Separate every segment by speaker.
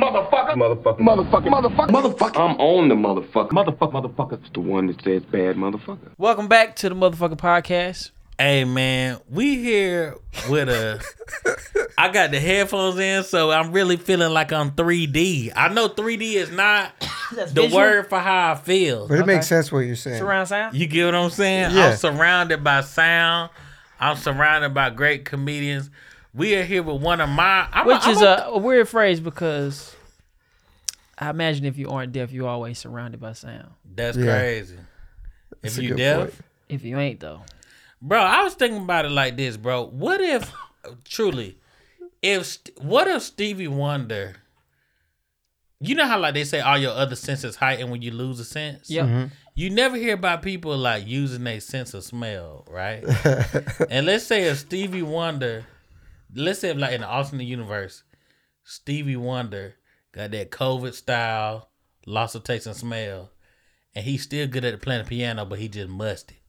Speaker 1: motherfucker, motherfucker, motherfucker, motherfucker, motherfucker. I'm on the motherfucker, motherfucker, motherfucker. It's the one that says bad motherfucker.
Speaker 2: Welcome back to the motherfucking podcast.
Speaker 3: Hey man, we here with a. I got the headphones in, so I'm really feeling like I'm 3D. I know 3D is not the
Speaker 2: visual?
Speaker 3: word for how I feel.
Speaker 4: But it makes sense what you're saying.
Speaker 2: Surround sound.
Speaker 3: You get what I'm saying?
Speaker 4: Yeah.
Speaker 3: I'm surrounded by sound. I'm surrounded by great comedians. We are here with one of my, I'm
Speaker 2: Which is
Speaker 3: a,
Speaker 2: a, a weird phrase because I imagine if you aren't deaf, you're always surrounded by sound.
Speaker 3: that's
Speaker 4: Yeah.
Speaker 3: crazy.
Speaker 4: That's
Speaker 3: If
Speaker 4: a
Speaker 3: you
Speaker 4: good
Speaker 3: deaf,
Speaker 4: point.
Speaker 2: If you ain't though,
Speaker 3: bro, I was thinking about it like this, bro. What if, truly, if St- what if Stevie Wonder? You know how like they say all your other senses heighten when you lose a sense.
Speaker 2: yeah.
Speaker 3: You never hear about people like using their sense of smell, right? and let's say if Stevie Wonder, let's say if like in the alternate universe, Stevie Wonder got that COVID style loss of taste and smell, and he's still good at playing the piano, but he just musty.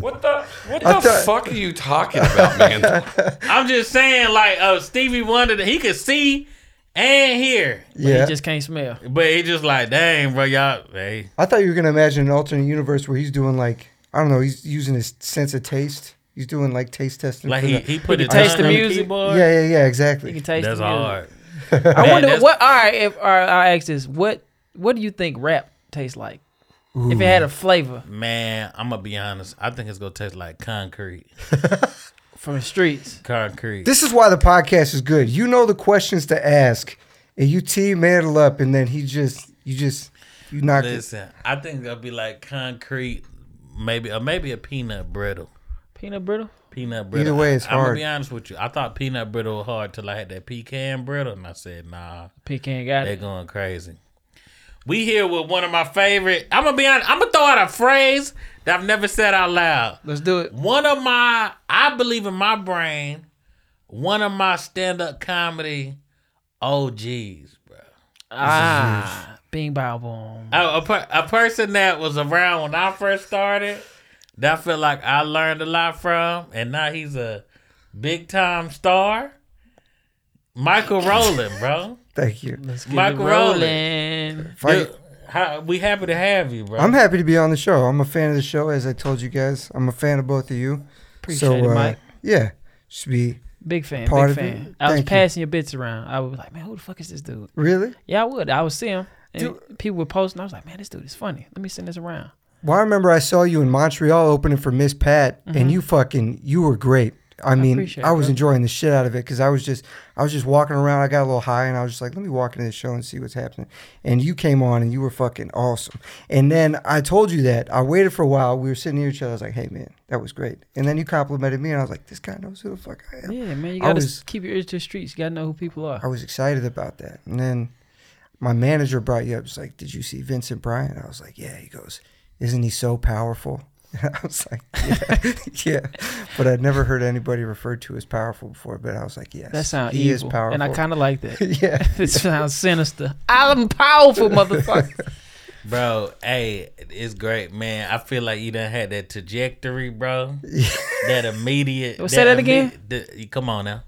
Speaker 5: What the what
Speaker 4: I
Speaker 5: the
Speaker 4: thought-
Speaker 5: fuck are you talking about, man?
Speaker 3: I'm just saying, like uh, Stevie Wonder, that he could see and hear,
Speaker 4: Yeah.
Speaker 2: You just can't smell.
Speaker 3: but he just like, dang, bro, y'all, hey,
Speaker 4: I thought you were gonna imagine an alternate universe where he's doing like I don't know, he's using his sense of taste. He's doing like taste testing.
Speaker 3: like
Speaker 4: for
Speaker 3: he
Speaker 4: the-
Speaker 3: he
Speaker 2: can
Speaker 3: put his
Speaker 2: taste
Speaker 3: tongue
Speaker 2: the
Speaker 3: on
Speaker 2: music.
Speaker 3: keyboard.
Speaker 4: yeah, yeah, yeah,
Speaker 2: You
Speaker 4: exactly.
Speaker 2: can taste
Speaker 3: That's
Speaker 2: the music.
Speaker 3: hard.
Speaker 2: I
Speaker 3: Man,
Speaker 2: wonder
Speaker 3: that's-
Speaker 2: what. All right, if all right, I'll ask this, what what do you think rap tastes like? If it had a flavor
Speaker 3: Man, I'm gonna be honest. I think it's gonna taste like concrete.
Speaker 2: from the streets,
Speaker 3: Concrete.
Speaker 4: This is why the podcast is good. You know the questions to ask, and you team mantle up, and then he just you just you knock it.
Speaker 3: Listen, I think it'll be like concrete, maybe or maybe a peanut brittle.
Speaker 2: peanut brittle.
Speaker 3: Peanut brittle.
Speaker 4: way, it's
Speaker 3: I, I'm gonna
Speaker 4: hard.
Speaker 3: be honest with you. I thought peanut brittle was hard till I had that pecan brittle, and I said, nah,
Speaker 2: Pecan got
Speaker 3: they're
Speaker 2: it.
Speaker 3: going crazy. We here with one of my favorite. I'm gonna be honest. I'm gonna throw out a phrase that I've never said out loud.
Speaker 2: Let's do it.
Speaker 3: One of my, I believe in my brain, one of my stand-up comedy OGs, bro.
Speaker 2: Ah, Bing Bow Boom.
Speaker 3: a, a, per, a person that was around when I first started that I feel like I learned a lot from, and now he's a big time star. Michael Rowland, bro.
Speaker 4: Thank you.
Speaker 2: Let's get
Speaker 3: Michael
Speaker 2: it rolling.
Speaker 4: If I-
Speaker 3: Dude, how, we happy to have you, bro.
Speaker 4: I'm happy to be on the show. I'm a fan of the show, as I told you guys. I'm a fan of both of you. uh,
Speaker 2: Appreciate it, Mike.
Speaker 4: Yeah, should be
Speaker 2: Big fan,
Speaker 4: Part
Speaker 2: big
Speaker 4: of it.
Speaker 2: fan. I was
Speaker 4: Thank you.
Speaker 2: passing your bits around. I was like, man, who the fuck is this dude?
Speaker 4: really.
Speaker 2: Yeah, I would. I would see him. And people would post, and I was like, man, this dude is funny. Let me send this around.
Speaker 4: Well, I remember I saw you in Montreal opening for Miss Pat, and you fucking you were great. I mean,
Speaker 2: Mm-hmm. appreciate
Speaker 4: I,
Speaker 2: it,
Speaker 4: was
Speaker 2: bro.
Speaker 4: enjoying the shit out of it because I was just I was just walking around. I got a little high, and I was just like, let me walk into this show and see what's happening. And you came on, and you were fucking awesome. And then I told you that I waited for a while. We were sitting near each other. I was like, hey man, that was great. And then you complimented me, and I was like, this guy knows who the fuck I am.
Speaker 2: Yeah, man, you
Speaker 4: I
Speaker 2: gotta
Speaker 4: was-
Speaker 2: keep your ears to the streets. You gotta know who people
Speaker 4: I
Speaker 2: are.
Speaker 4: was excited about that. And then my manager brought you up. He's like, Did you see Vincent Bryan? I was like, Yeah. He goes, Isn't he so powerful? And I was like, Yeah. yeah. But I'd never heard anybody referred to as powerful before. But I was like, Yes.
Speaker 2: That sounds
Speaker 4: he
Speaker 2: evil,
Speaker 4: is powerful.
Speaker 2: and I kind of like that.
Speaker 4: of. yeah.
Speaker 2: it sounds sinister. I'm powerful, motherfucker.
Speaker 3: Bro, hey, it's great, man. I feel like you done had that trajectory, bro. that immediate.
Speaker 2: Well, say that again.
Speaker 3: imme- the- come on now.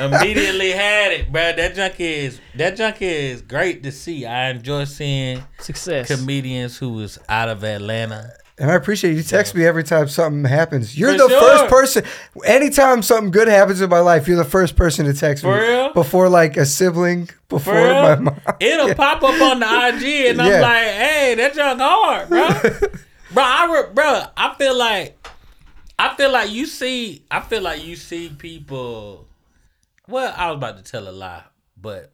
Speaker 3: Immediately had it, bro. That junk is that junk is great to see. I enjoy seeing
Speaker 2: Success.
Speaker 3: comedians who is out of Atlanta.
Speaker 4: And I appreciate you text me every time something happens. You're
Speaker 3: For
Speaker 4: the
Speaker 3: sure.
Speaker 4: first person. Anytime something good happens in my life, you're the first person to text me.
Speaker 3: For real?
Speaker 4: Before like a sibling,
Speaker 3: For
Speaker 4: before
Speaker 3: real,
Speaker 4: my mom.
Speaker 3: it'll pop up on the IG, and
Speaker 4: Yeah.
Speaker 3: I'm like, "Hey, that junk hard, bro." bro, I re- bro, I feel like, I feel like you see, I feel like you see people. Well, I was about to tell a lie, but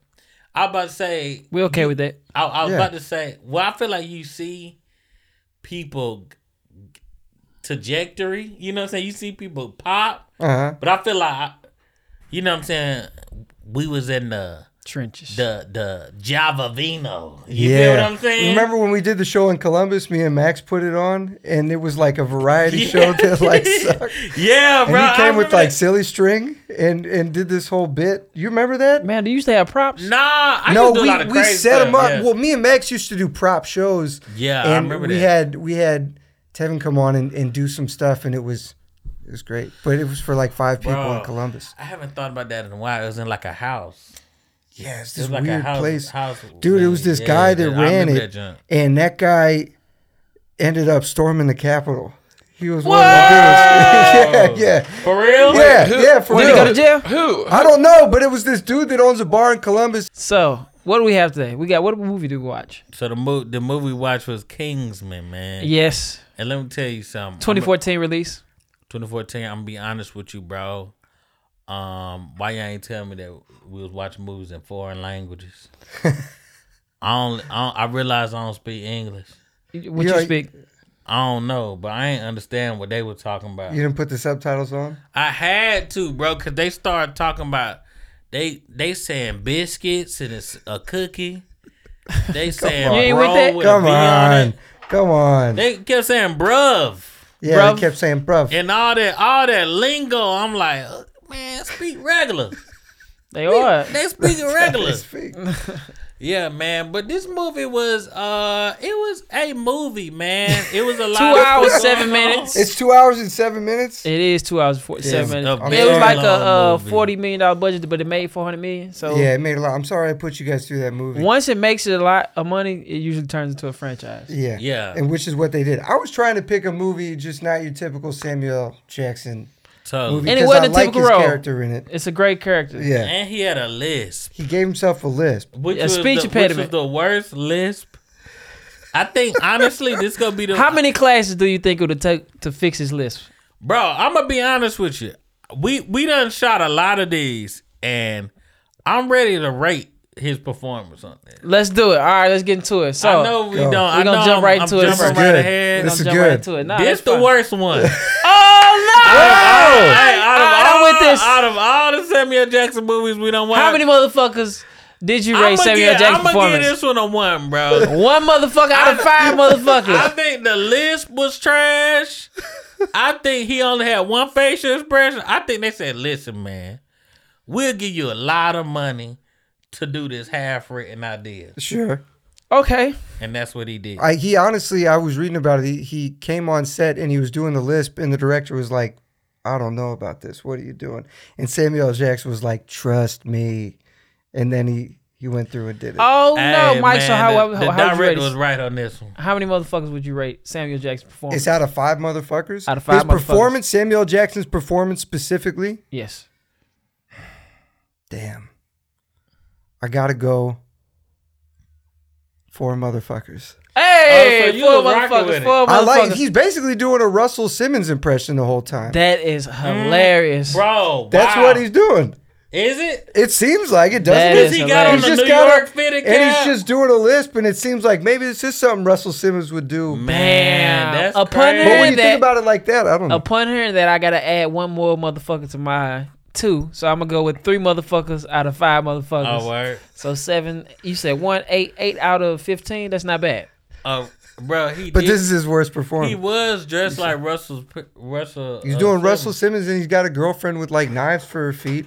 Speaker 3: I was about to say
Speaker 2: We okay with that?
Speaker 3: I, I was
Speaker 4: Yeah.
Speaker 3: about to say, well, I feel like you see people g- trajectory. You know what I'm saying? You see people pop,
Speaker 4: Uh huh.
Speaker 3: but I feel like, I, you know what I'm saying? We was in the
Speaker 2: Trenches.
Speaker 3: the the Java Vino. You
Speaker 4: Yeah.
Speaker 3: feel what I'm saying?
Speaker 4: Remember when we did the show in Columbus? Me and Max put it on, and it was like a variety
Speaker 3: Yeah.
Speaker 4: show that like sucked.
Speaker 3: Yeah,
Speaker 4: And
Speaker 3: bro.
Speaker 4: you
Speaker 3: I
Speaker 4: came with
Speaker 3: remember
Speaker 4: like
Speaker 3: that.
Speaker 4: silly string and and did this whole bit. You remember that?
Speaker 2: Man, do you used to have props?
Speaker 3: Nah, I
Speaker 4: no,
Speaker 3: used to do a
Speaker 4: we,
Speaker 3: lot of
Speaker 4: we
Speaker 3: crazy
Speaker 4: set them
Speaker 3: stuff,
Speaker 4: up.
Speaker 3: yeah.
Speaker 4: Well, me and Max used to do prop shows.
Speaker 3: Yeah, I
Speaker 4: and
Speaker 3: remember
Speaker 4: we
Speaker 3: that.
Speaker 4: had we had Tevin come on and, and do some stuff, and it was it was great. But it was for like five people
Speaker 3: Bro.
Speaker 4: in Columbus.
Speaker 3: I haven't thought about that in a while. It was in like a house.
Speaker 4: yeah, it's
Speaker 3: It was
Speaker 4: this
Speaker 3: like
Speaker 4: weird
Speaker 3: a house,
Speaker 4: place.
Speaker 3: house
Speaker 4: Dude, it was
Speaker 3: thing.
Speaker 4: this guy that
Speaker 3: I
Speaker 4: ran
Speaker 3: remember
Speaker 4: it.
Speaker 3: that junk.
Speaker 4: and that guy ended up storming the Capitol. He was one of the dudes. yeah, yeah.
Speaker 3: For real?
Speaker 4: Yeah,
Speaker 5: Who-
Speaker 4: yeah, for
Speaker 5: who-
Speaker 2: Did
Speaker 4: real.
Speaker 2: he go to jail?
Speaker 5: Who?
Speaker 4: I don't know, but it was this dude that owns a bar in Columbus.
Speaker 2: So, what do we have today? We got what movie do we watch?
Speaker 3: So the mo- the movie we watched was Kingsman, man.
Speaker 2: Yes,
Speaker 3: And let me tell you something. I'm a-
Speaker 2: 2014 release.
Speaker 3: 2014. I'm gonna be honest with you, bro. Um, why you all ain't tell me that we was watching movies in foreign languages? I don't. I, don't, I realize I don't speak English.
Speaker 2: What
Speaker 4: Yeah,
Speaker 2: you speak?
Speaker 3: I don't know, but I ain't understand what they were talking about.
Speaker 4: You didn't put the subtitles on.
Speaker 3: I had to, bro, because they started talking about they they saying biscuits and it's a cookie. They saying
Speaker 2: on. You ain't with
Speaker 3: bro
Speaker 2: that?
Speaker 3: with, a
Speaker 4: Come
Speaker 3: V on.
Speaker 4: on,
Speaker 3: it.
Speaker 4: come on.
Speaker 3: They kept saying bruv
Speaker 4: yeah,
Speaker 2: bruv.
Speaker 4: they kept saying, "Bruv."
Speaker 3: and all that all that lingo. I'm like, uh, man, speak regular.
Speaker 2: They are.
Speaker 3: They speaking regular.
Speaker 4: Speak.
Speaker 3: Yeah, man. But this movie was uh it was a movie, man. It was a lot
Speaker 2: Two
Speaker 3: of
Speaker 2: hours,
Speaker 3: stuff
Speaker 2: seven
Speaker 3: going on.
Speaker 2: minutes.
Speaker 4: It's two hours and seven minutes.
Speaker 2: It is two hours and forty seven
Speaker 3: It's
Speaker 2: minutes.
Speaker 3: a
Speaker 2: It was
Speaker 4: very
Speaker 2: like a
Speaker 3: long
Speaker 2: uh,
Speaker 3: movie.
Speaker 2: forty million dollar budget, but it made four hundred million. So
Speaker 4: yeah, it made a lot. I'm sorry I put you guys through that movie.
Speaker 2: once it makes it a lot of money, it usually turns into a franchise.
Speaker 4: yeah,
Speaker 3: Yeah.
Speaker 4: and which is what they did. I was trying to pick a movie, just not your typical Samuel Jackson
Speaker 3: Totally.
Speaker 4: movie
Speaker 2: And it
Speaker 4: because
Speaker 2: wasn't
Speaker 4: I
Speaker 2: a
Speaker 4: like
Speaker 2: typical
Speaker 4: his
Speaker 2: role.
Speaker 4: character in it.
Speaker 2: It's a great character.
Speaker 4: Yeah,
Speaker 3: And he had a lisp.
Speaker 4: he gave himself a lisp.
Speaker 3: Which
Speaker 2: A
Speaker 3: was
Speaker 2: speech
Speaker 3: the,
Speaker 2: impediment.
Speaker 3: Which was the worst lisp. I think honestly, this gonna be the
Speaker 2: How many classes do you think it would take to fix his list?
Speaker 3: bro. I'm gonna be honest with you. We we done shot a lot of these, and I'm ready to rate his performance on that.
Speaker 2: Let's do it. All right, let's get into it. So
Speaker 3: I know we
Speaker 4: Go.
Speaker 3: don't. I
Speaker 2: We're Oh, gonna
Speaker 3: know
Speaker 2: jump
Speaker 3: I'm-
Speaker 2: right
Speaker 3: I'm
Speaker 2: to it. This
Speaker 3: jumping
Speaker 2: is
Speaker 3: right
Speaker 4: good.
Speaker 3: ahead.
Speaker 4: This
Speaker 2: This
Speaker 4: is
Speaker 2: jump
Speaker 4: good.
Speaker 2: right into it. Nah,
Speaker 3: this
Speaker 2: that's
Speaker 3: the
Speaker 2: fine.
Speaker 3: worst one.
Speaker 2: Oh
Speaker 3: Hey, out of
Speaker 2: I'm
Speaker 3: all,
Speaker 2: with this.
Speaker 3: out of all the Samuel Jackson movies we don't
Speaker 2: no!
Speaker 3: watch,
Speaker 2: How many motherfuckers did you
Speaker 3: I'm
Speaker 2: rate
Speaker 3: gonna
Speaker 2: Samuel
Speaker 3: give,
Speaker 2: Jackson
Speaker 3: I'ma give
Speaker 2: performance?
Speaker 3: this one a one, bro.
Speaker 2: One motherfucker out of five
Speaker 3: I
Speaker 2: motherfuckers.
Speaker 3: think the list was trash. I think he only had one facial expression. I think they said, "Listen, man, we'll give you a lot of money to do this half-written idea,"
Speaker 4: Sure.
Speaker 2: Okay.
Speaker 3: and that's what he did.
Speaker 4: I, he honestly, I was reading about it. He, he came on set and he was doing the lisp, and the director was like, "I don't know about this. What are you doing?" And Samuel L. Jackson was like, "Trust me," and then he he went through and did it.
Speaker 2: Oh
Speaker 3: Hey,
Speaker 2: no, Mike. so
Speaker 3: man,
Speaker 2: how,
Speaker 3: the,
Speaker 2: how,
Speaker 3: the
Speaker 2: how would you rate
Speaker 3: director
Speaker 2: this?
Speaker 3: was right on this one.
Speaker 2: How many motherfuckers would you rate Samuel Jackson performance?
Speaker 4: It's out of five motherfuckers.
Speaker 2: Out of five
Speaker 4: His performance, Samuel L. Jackson's performance specifically.
Speaker 2: yes.
Speaker 4: Damn. I gotta go. Four motherfuckers.
Speaker 2: Hey,
Speaker 3: Oh, so
Speaker 2: four
Speaker 3: you was rocking with
Speaker 2: motherfuckers,
Speaker 3: it.
Speaker 2: four motherfuckers.
Speaker 4: I like. He's basically doing a Russell Simmons impression the whole time.
Speaker 2: that is
Speaker 3: Mm-hmm.
Speaker 2: hilarious.
Speaker 3: Bro,
Speaker 4: That's
Speaker 3: wow.
Speaker 4: what he's doing.
Speaker 3: is it?
Speaker 4: It seems like it doesn't.
Speaker 2: That
Speaker 4: it?
Speaker 2: is
Speaker 3: Because he got on
Speaker 2: hilarious.
Speaker 3: the
Speaker 4: He's
Speaker 3: New
Speaker 4: just got
Speaker 3: York
Speaker 4: a-
Speaker 3: fitted cap.
Speaker 4: And he's just doing a lisp, and it seems like maybe this is something Russell Simmons would do.
Speaker 3: man,
Speaker 2: Damn.
Speaker 3: that's
Speaker 2: A punter?
Speaker 4: but when you
Speaker 2: that-
Speaker 4: think about it like that, I don't know.
Speaker 2: Upon hearing that, I gotta add one more motherfucker to my two. So I'm gonna go with three motherfuckers out of five motherfuckers.
Speaker 3: Oh, word.
Speaker 2: So seven. You said one, eight, eight out of fifteen. That's not bad.
Speaker 3: Uh, bro, he
Speaker 4: but
Speaker 3: did,
Speaker 4: this is his worst performance.
Speaker 3: he was dressed like Russell's p- Russell.
Speaker 4: he's
Speaker 3: uh,
Speaker 4: doing
Speaker 3: Simmons.
Speaker 4: Russell Simmons, and he's got a girlfriend with like knives for her feet,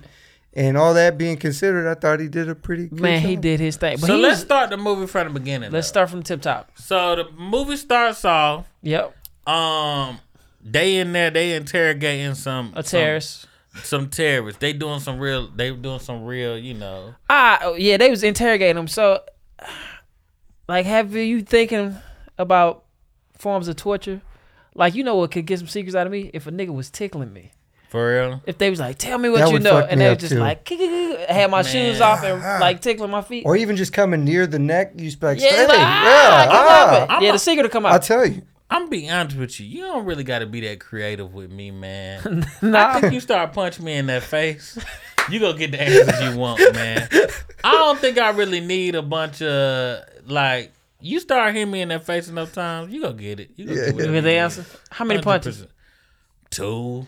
Speaker 4: and all that being considered, I thought he did a pretty good
Speaker 2: Man, he
Speaker 4: job.
Speaker 2: did his thing. But
Speaker 3: So
Speaker 2: he
Speaker 3: let's
Speaker 2: was-
Speaker 3: start the movie from the beginning.
Speaker 2: let's
Speaker 3: though.
Speaker 2: start from tip top.
Speaker 3: So the movie starts off.
Speaker 2: Yep,
Speaker 3: Um, they in there. They interrogating some
Speaker 2: a
Speaker 3: some-
Speaker 2: terrorist.
Speaker 3: Some, terrorists. They doing some real. They doing some real. You know.
Speaker 2: Ah, oh, yeah, they was interrogating him. So, like, have you thinking about forms of torture? Like, you know what could get some secrets out of me if a nigga was tickling me.
Speaker 3: For real.
Speaker 2: If they was like, "Tell me what
Speaker 4: That
Speaker 2: you
Speaker 4: would
Speaker 2: know,"
Speaker 4: fuck
Speaker 2: and
Speaker 4: me
Speaker 2: they
Speaker 4: up,
Speaker 2: was just
Speaker 4: too.
Speaker 2: like, had my shoes off and like tickling my feet.
Speaker 4: Or even just coming near the neck, you just be like,
Speaker 2: yeah,
Speaker 4: hey,
Speaker 2: it's like,
Speaker 4: yeah,
Speaker 2: ah, get off
Speaker 4: ah."
Speaker 2: it. yeah, the secret will come
Speaker 4: I
Speaker 2: out.
Speaker 4: tell you,
Speaker 3: I'm being honest with you. You don't really got to be that creative with me, man. I
Speaker 2: Nah.
Speaker 3: think you start punching me in that face, you gonna get the answers you want, man. I don't think I really need a bunch of like. You start hitting me in that face enough times, you gonna get it. You gonna get
Speaker 2: Look at the answer. How many punches?
Speaker 3: Two.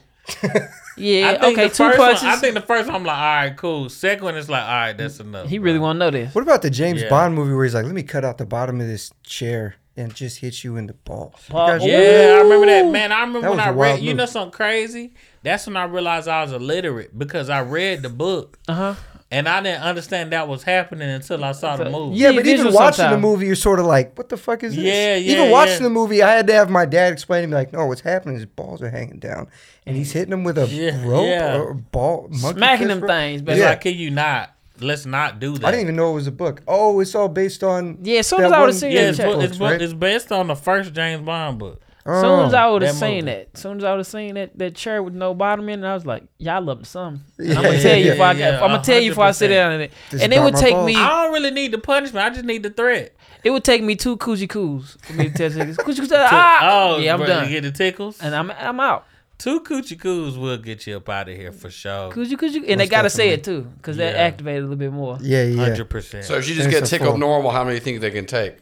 Speaker 2: Yeah,
Speaker 3: I think
Speaker 2: okay,
Speaker 3: the
Speaker 2: two
Speaker 3: first
Speaker 2: punches.
Speaker 3: One, I think the first one, I'm like, all right, cool. Second one, it's like, all right, that's enough.
Speaker 2: he really want to know this.
Speaker 4: what about the James
Speaker 3: Yeah.
Speaker 4: Bond movie where he's like, "Let me cut out the bottom of this chair and just hit you in the balls." You guys-
Speaker 3: Yeah, I remember that. Man, I remember
Speaker 4: That
Speaker 3: when
Speaker 4: was
Speaker 3: I
Speaker 4: a wild
Speaker 3: read, you
Speaker 4: move.
Speaker 3: know, something crazy? That's when I realized I was illiterate because I read the book
Speaker 2: Uh huh.
Speaker 3: and I didn't understand that was happening until I saw the movie.
Speaker 4: Yeah,
Speaker 2: Be
Speaker 4: but even
Speaker 2: visual
Speaker 4: watching
Speaker 2: sometime.
Speaker 4: the movie, you're sort of like, what the fuck is this?
Speaker 3: Yeah, yeah,
Speaker 4: Even watching
Speaker 3: yeah.
Speaker 4: the movie, I had to have my dad explain to me, like, no, what's happening is his balls are hanging down. And he's hitting them with a
Speaker 3: Yeah,
Speaker 4: rope
Speaker 3: yeah.
Speaker 4: or a ball. monkey
Speaker 2: Smacking
Speaker 4: fist
Speaker 2: them
Speaker 4: rope.
Speaker 2: things,
Speaker 3: But
Speaker 2: but
Speaker 4: Yeah.
Speaker 3: I kid you not. let's not do that.
Speaker 4: I didn't even know it was a book. Oh, it's all based on.
Speaker 2: Yeah, as soon
Speaker 4: that
Speaker 2: as I would've
Speaker 4: one
Speaker 2: seen
Speaker 3: Yeah,
Speaker 2: that
Speaker 3: it's,
Speaker 2: check
Speaker 3: bu- it's,
Speaker 4: books,
Speaker 3: bu-
Speaker 4: right?
Speaker 3: it's based on the first James Bond book.
Speaker 4: oh.
Speaker 2: Soon as I would have
Speaker 3: that
Speaker 2: seen
Speaker 3: movie.
Speaker 2: that, soon as I would have seen that that chair with no bottom in, it, I was like, "Y'all up to something."
Speaker 4: Yeah,
Speaker 2: I'm gonna
Speaker 4: yeah,
Speaker 2: tell you
Speaker 4: yeah,
Speaker 2: if I,
Speaker 3: yeah,
Speaker 2: I'm gonna tell you if I sit
Speaker 3: 100%.
Speaker 2: down in it,
Speaker 4: This
Speaker 2: and
Speaker 4: is
Speaker 2: it
Speaker 4: about
Speaker 2: would
Speaker 4: my
Speaker 2: take
Speaker 4: fault.
Speaker 2: me,
Speaker 3: I don't really need the punishment. I just need the threat.
Speaker 2: it would take me two coochie coos for me to tell niggas, coochie coos, ah,
Speaker 3: oh,
Speaker 2: yeah, I'm
Speaker 3: bro,
Speaker 2: done,
Speaker 3: You get the tickles.
Speaker 2: and I'm I'm out,
Speaker 3: Two coochie coos will get you up out of here for sure.
Speaker 2: coochie coochie, and they gotta say it too, cause that
Speaker 3: Yeah.
Speaker 2: activated a little bit more.
Speaker 4: Yeah, yeah.
Speaker 3: Hundred percent.
Speaker 5: So if you just
Speaker 4: It's
Speaker 5: get
Speaker 4: a
Speaker 5: a tickle
Speaker 4: full-
Speaker 5: normal, how many you think they can take?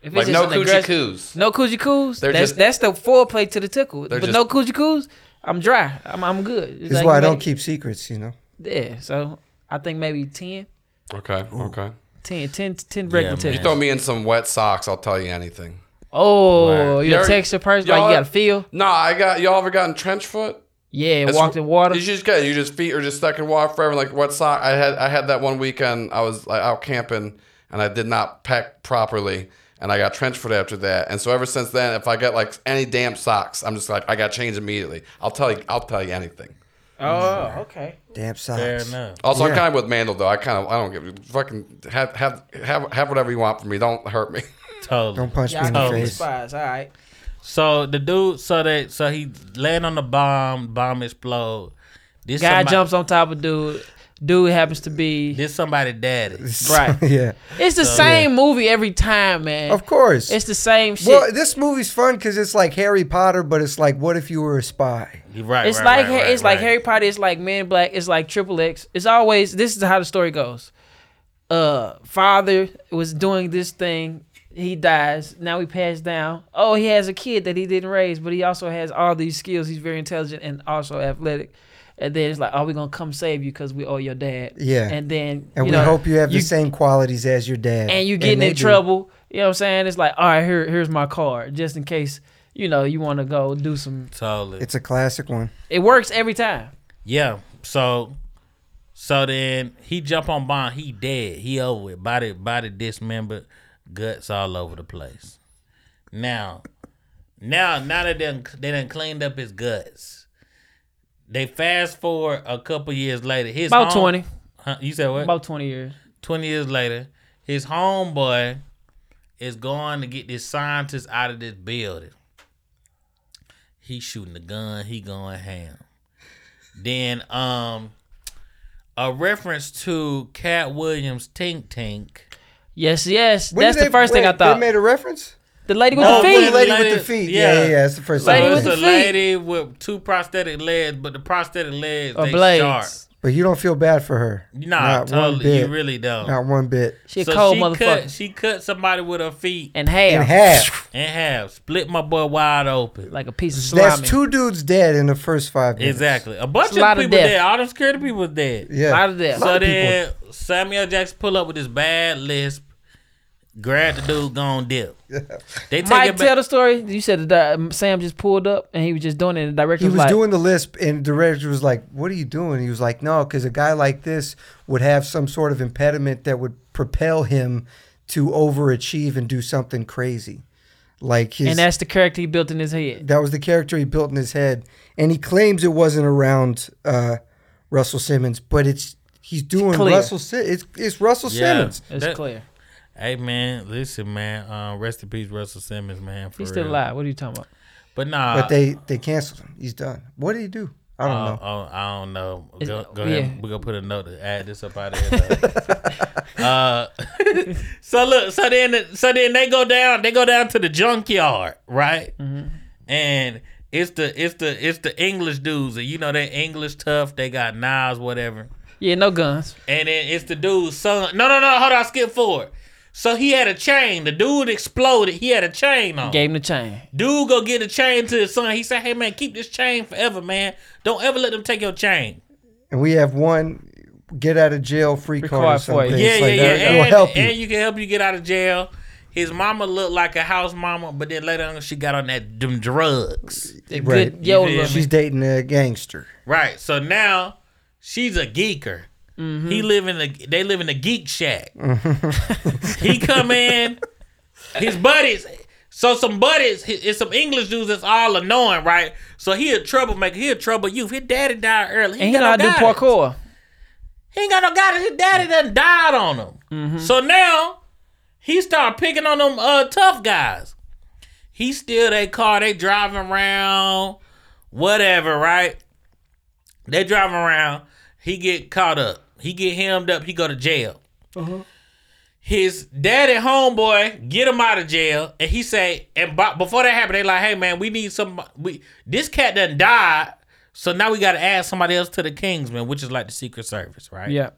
Speaker 2: If it's
Speaker 5: Like
Speaker 2: just
Speaker 5: no
Speaker 2: an
Speaker 5: coochie
Speaker 2: aggressive-
Speaker 5: coos.
Speaker 2: no coochie coos,
Speaker 5: They're
Speaker 2: that's
Speaker 5: just-
Speaker 2: that's the foreplay to the tickle, but
Speaker 5: They're
Speaker 2: no coochie coos, I'm dry, I'm I'm good. It's
Speaker 4: This is
Speaker 2: like
Speaker 4: why I
Speaker 2: maybe-
Speaker 4: don't keep secrets, you know.
Speaker 2: Yeah, so I think maybe 10,
Speaker 5: Okay, okay.
Speaker 2: 10, 10, 10 regular
Speaker 3: man.
Speaker 2: tickles.
Speaker 5: Throw me in some wet socks. I'll tell you anything.
Speaker 2: Oh,
Speaker 3: Word.
Speaker 2: you
Speaker 5: Y'all-
Speaker 2: a texture person? Like
Speaker 5: y'all-
Speaker 2: you got to feel?
Speaker 5: No, I got y'all ever gotten trench foot?
Speaker 2: Yeah,
Speaker 5: That's
Speaker 2: walked
Speaker 5: wh-
Speaker 2: in water.
Speaker 5: You just get you just feet are just stuck in water forever. Like what sock? I had I had that one weekend. I was like, out camping and I did not pack properly, and I got trench foot after that. And so ever since then, if I get like any damp socks, I'm just like I got changed immediately. I'll tell you. I'll tell you anything.
Speaker 2: oh, okay.
Speaker 4: Damn
Speaker 3: Fair
Speaker 4: socks.
Speaker 3: enough.
Speaker 5: Also, I'm
Speaker 4: Yeah.
Speaker 5: kind of with Mandel though. I kind of I don't give fucking have have have have whatever you want from me. Don't hurt me.
Speaker 3: Totally.
Speaker 4: Don't punch me in the
Speaker 3: Y'all
Speaker 4: face.
Speaker 2: All right.
Speaker 3: So the dude, so that, so he land on the bomb. Bomb explode. This
Speaker 2: Guy
Speaker 3: somebody,
Speaker 2: jumps on top of dude. Dude happens to be.
Speaker 3: This somebody daddy.
Speaker 2: Right.
Speaker 4: yeah,
Speaker 2: It's the same movie every time, man.
Speaker 4: of course.
Speaker 2: It's the same shit.
Speaker 4: well, this movie's fun because it's like Harry Potter, but it's like, what if you were a spy?
Speaker 3: You Right.
Speaker 2: it's
Speaker 3: right,
Speaker 2: like
Speaker 3: right, right,
Speaker 2: it's like
Speaker 3: right.
Speaker 2: Harry Potter. It's like Men in Black. It's like Triple X. It's always this is how the story goes. Uh, father was doing this thing. He dies. Now he passed down. Oh, he has a kid that he didn't raise, but he also has all these skills. He's very intelligent and also athletic. And then it's like, oh, we're gonna come save you because we owe your dad.
Speaker 4: Yeah.
Speaker 2: And then you
Speaker 4: And we
Speaker 2: know,
Speaker 4: hope you have the same qualities as your dad.
Speaker 2: and you getting
Speaker 4: they
Speaker 2: in
Speaker 4: do.
Speaker 2: trouble. You know what I'm saying? It's like, all right, here here's my card just in case. You know, you want to go do some.
Speaker 3: Totally.
Speaker 4: It's a classic one.
Speaker 2: It works every time.
Speaker 3: Yeah. So so then he jump on Bond, he dead. He over with. Body body dismembered, guts all over the place. Now, now now that they done, they done cleaned up his guts. They fast forward a couple years later. His
Speaker 2: About
Speaker 3: home-
Speaker 2: 20.
Speaker 3: Huh? You said what?
Speaker 2: About 20 years.
Speaker 3: 20 years later, his homeboy is going to get this scientist out of this building. He's shooting the gun, he going ham. Then um a reference to Cat Williams Tink Tink.
Speaker 2: Yes, yes.
Speaker 4: When
Speaker 2: That's
Speaker 4: did
Speaker 2: the
Speaker 4: they-
Speaker 2: first thing I
Speaker 4: wait,
Speaker 2: thought.
Speaker 4: They made a reference?
Speaker 2: the lady with
Speaker 3: No,
Speaker 2: the
Speaker 4: Oh,
Speaker 2: feet.
Speaker 4: the lady with
Speaker 3: Lady-
Speaker 4: the feet. Yeah,
Speaker 3: yeah.
Speaker 4: yeah, yeah that's the first
Speaker 2: Lady
Speaker 4: thing. I
Speaker 3: so
Speaker 2: with
Speaker 3: it's
Speaker 4: heard.
Speaker 2: the
Speaker 3: a
Speaker 2: feet.
Speaker 3: lady with two prosthetic legs, but the prosthetic legs
Speaker 2: Or
Speaker 3: they
Speaker 2: blades.
Speaker 3: sharp.
Speaker 4: But you don't feel bad for her.
Speaker 3: Nah,
Speaker 4: One
Speaker 3: totally.
Speaker 4: bit.
Speaker 3: You really don't.
Speaker 4: Not one bit.
Speaker 2: She a
Speaker 3: so
Speaker 2: cold
Speaker 3: she
Speaker 2: motherfucker.
Speaker 3: cut she cut somebody with her feet
Speaker 2: and half.
Speaker 4: In half.
Speaker 3: in half, split my boy wide open.
Speaker 2: Like a piece of slime.
Speaker 4: That's two dudes dead in the first five minutes.
Speaker 3: Exactly. A bunch
Speaker 2: It's a lot
Speaker 3: of
Speaker 2: of
Speaker 3: people
Speaker 2: death.
Speaker 3: dead. All the security people was dead.
Speaker 4: Yeah.
Speaker 2: Lot of death.
Speaker 4: Lot
Speaker 3: So
Speaker 4: of people.
Speaker 3: then Samuel Jackson pull up with his bad lisp, grab the dude, gone dip. They take
Speaker 2: Mike,
Speaker 3: it
Speaker 2: tell
Speaker 3: back.
Speaker 2: the story. You said that um, Sam just pulled up and he was just doing it. And the director
Speaker 4: He was
Speaker 2: like,
Speaker 4: doing the lisp, and the director was like, "What are you doing?" He was like, "No, because a guy like this would have some sort of impediment that would propel him to overachieve and do something crazy." Like his,
Speaker 2: and that's the character he built in his head.
Speaker 4: that was the character he built in his head, and he claims it wasn't around uh, Russell Simmons, but it's he's doing
Speaker 2: clear.
Speaker 4: Russell. Si- it's it's Russell
Speaker 3: Yeah.
Speaker 4: Simmons.
Speaker 2: It's
Speaker 3: That-
Speaker 2: clear.
Speaker 3: Hey man, listen man. Um, rest in peace, Russell Simmons, man. For
Speaker 2: He's still
Speaker 3: real.
Speaker 2: alive. What are you talking about?
Speaker 3: But nah.
Speaker 4: But they they canceled him. He's done. What did he do? I don't
Speaker 3: Oh,
Speaker 4: know.
Speaker 3: oh, I don't know. Go,
Speaker 2: It's-
Speaker 3: go
Speaker 2: yeah.
Speaker 3: ahead. We're gonna put a note to add this up out of here. though. uh, so look, so then, so then they go down. They go down to the junkyard, right?
Speaker 2: Mm-hmm.
Speaker 3: And it's the it's the it's the English dudes, and you know they English tough. They got knives, whatever.
Speaker 2: Yeah, no guns.
Speaker 3: And then it's the dude's son. No, no, no. Hold on. Skip forward. So he had a chain. The dude exploded. He had a chain on.
Speaker 2: Gave him the chain.
Speaker 3: Dude go get a chain to his son. He said, "Hey man, keep this chain forever, man. Don't ever let them take your chain."
Speaker 4: And we have one get out of jail free
Speaker 2: Free
Speaker 4: card or
Speaker 2: card for you.
Speaker 4: something.
Speaker 3: Yeah,
Speaker 4: It's
Speaker 3: yeah,
Speaker 4: like,
Speaker 3: yeah.
Speaker 4: that- that will
Speaker 3: And,
Speaker 4: help you.
Speaker 3: and you can help you get out of jail. His mama looked like a house mama, but then later on she got on that them drugs.
Speaker 2: The
Speaker 4: Right.
Speaker 2: Good Yola.
Speaker 3: You feel me?
Speaker 4: She's dating a gangster.
Speaker 3: Right. So now she's a geeker.
Speaker 4: Mm-hmm.
Speaker 3: He live in a they live in a geek shack. he come in, his buddies. So some buddies, hi- it's some English dudes that's all annoying, right? So he a troublemaker. He a trouble youth. His daddy died early.
Speaker 2: And he know
Speaker 3: got
Speaker 2: how
Speaker 3: no
Speaker 2: to do
Speaker 3: guidance.
Speaker 2: parkour.
Speaker 3: He ain't got no guy. His daddy done died on him.
Speaker 4: Mm-hmm.
Speaker 3: So now he start picking on them uh, tough guys. He steal their car. They driving around, whatever. Right? They driving around. He get caught up. He get hemmed up. He go to jail.
Speaker 2: Uh-huh.
Speaker 3: His daddy homeboy get him out of jail, and he say, and b- before that happened, they like, hey man, we need some. We this cat done died, so now we got to add somebody else to the Kingsman, which is like the Secret Service, right?
Speaker 2: Yeah.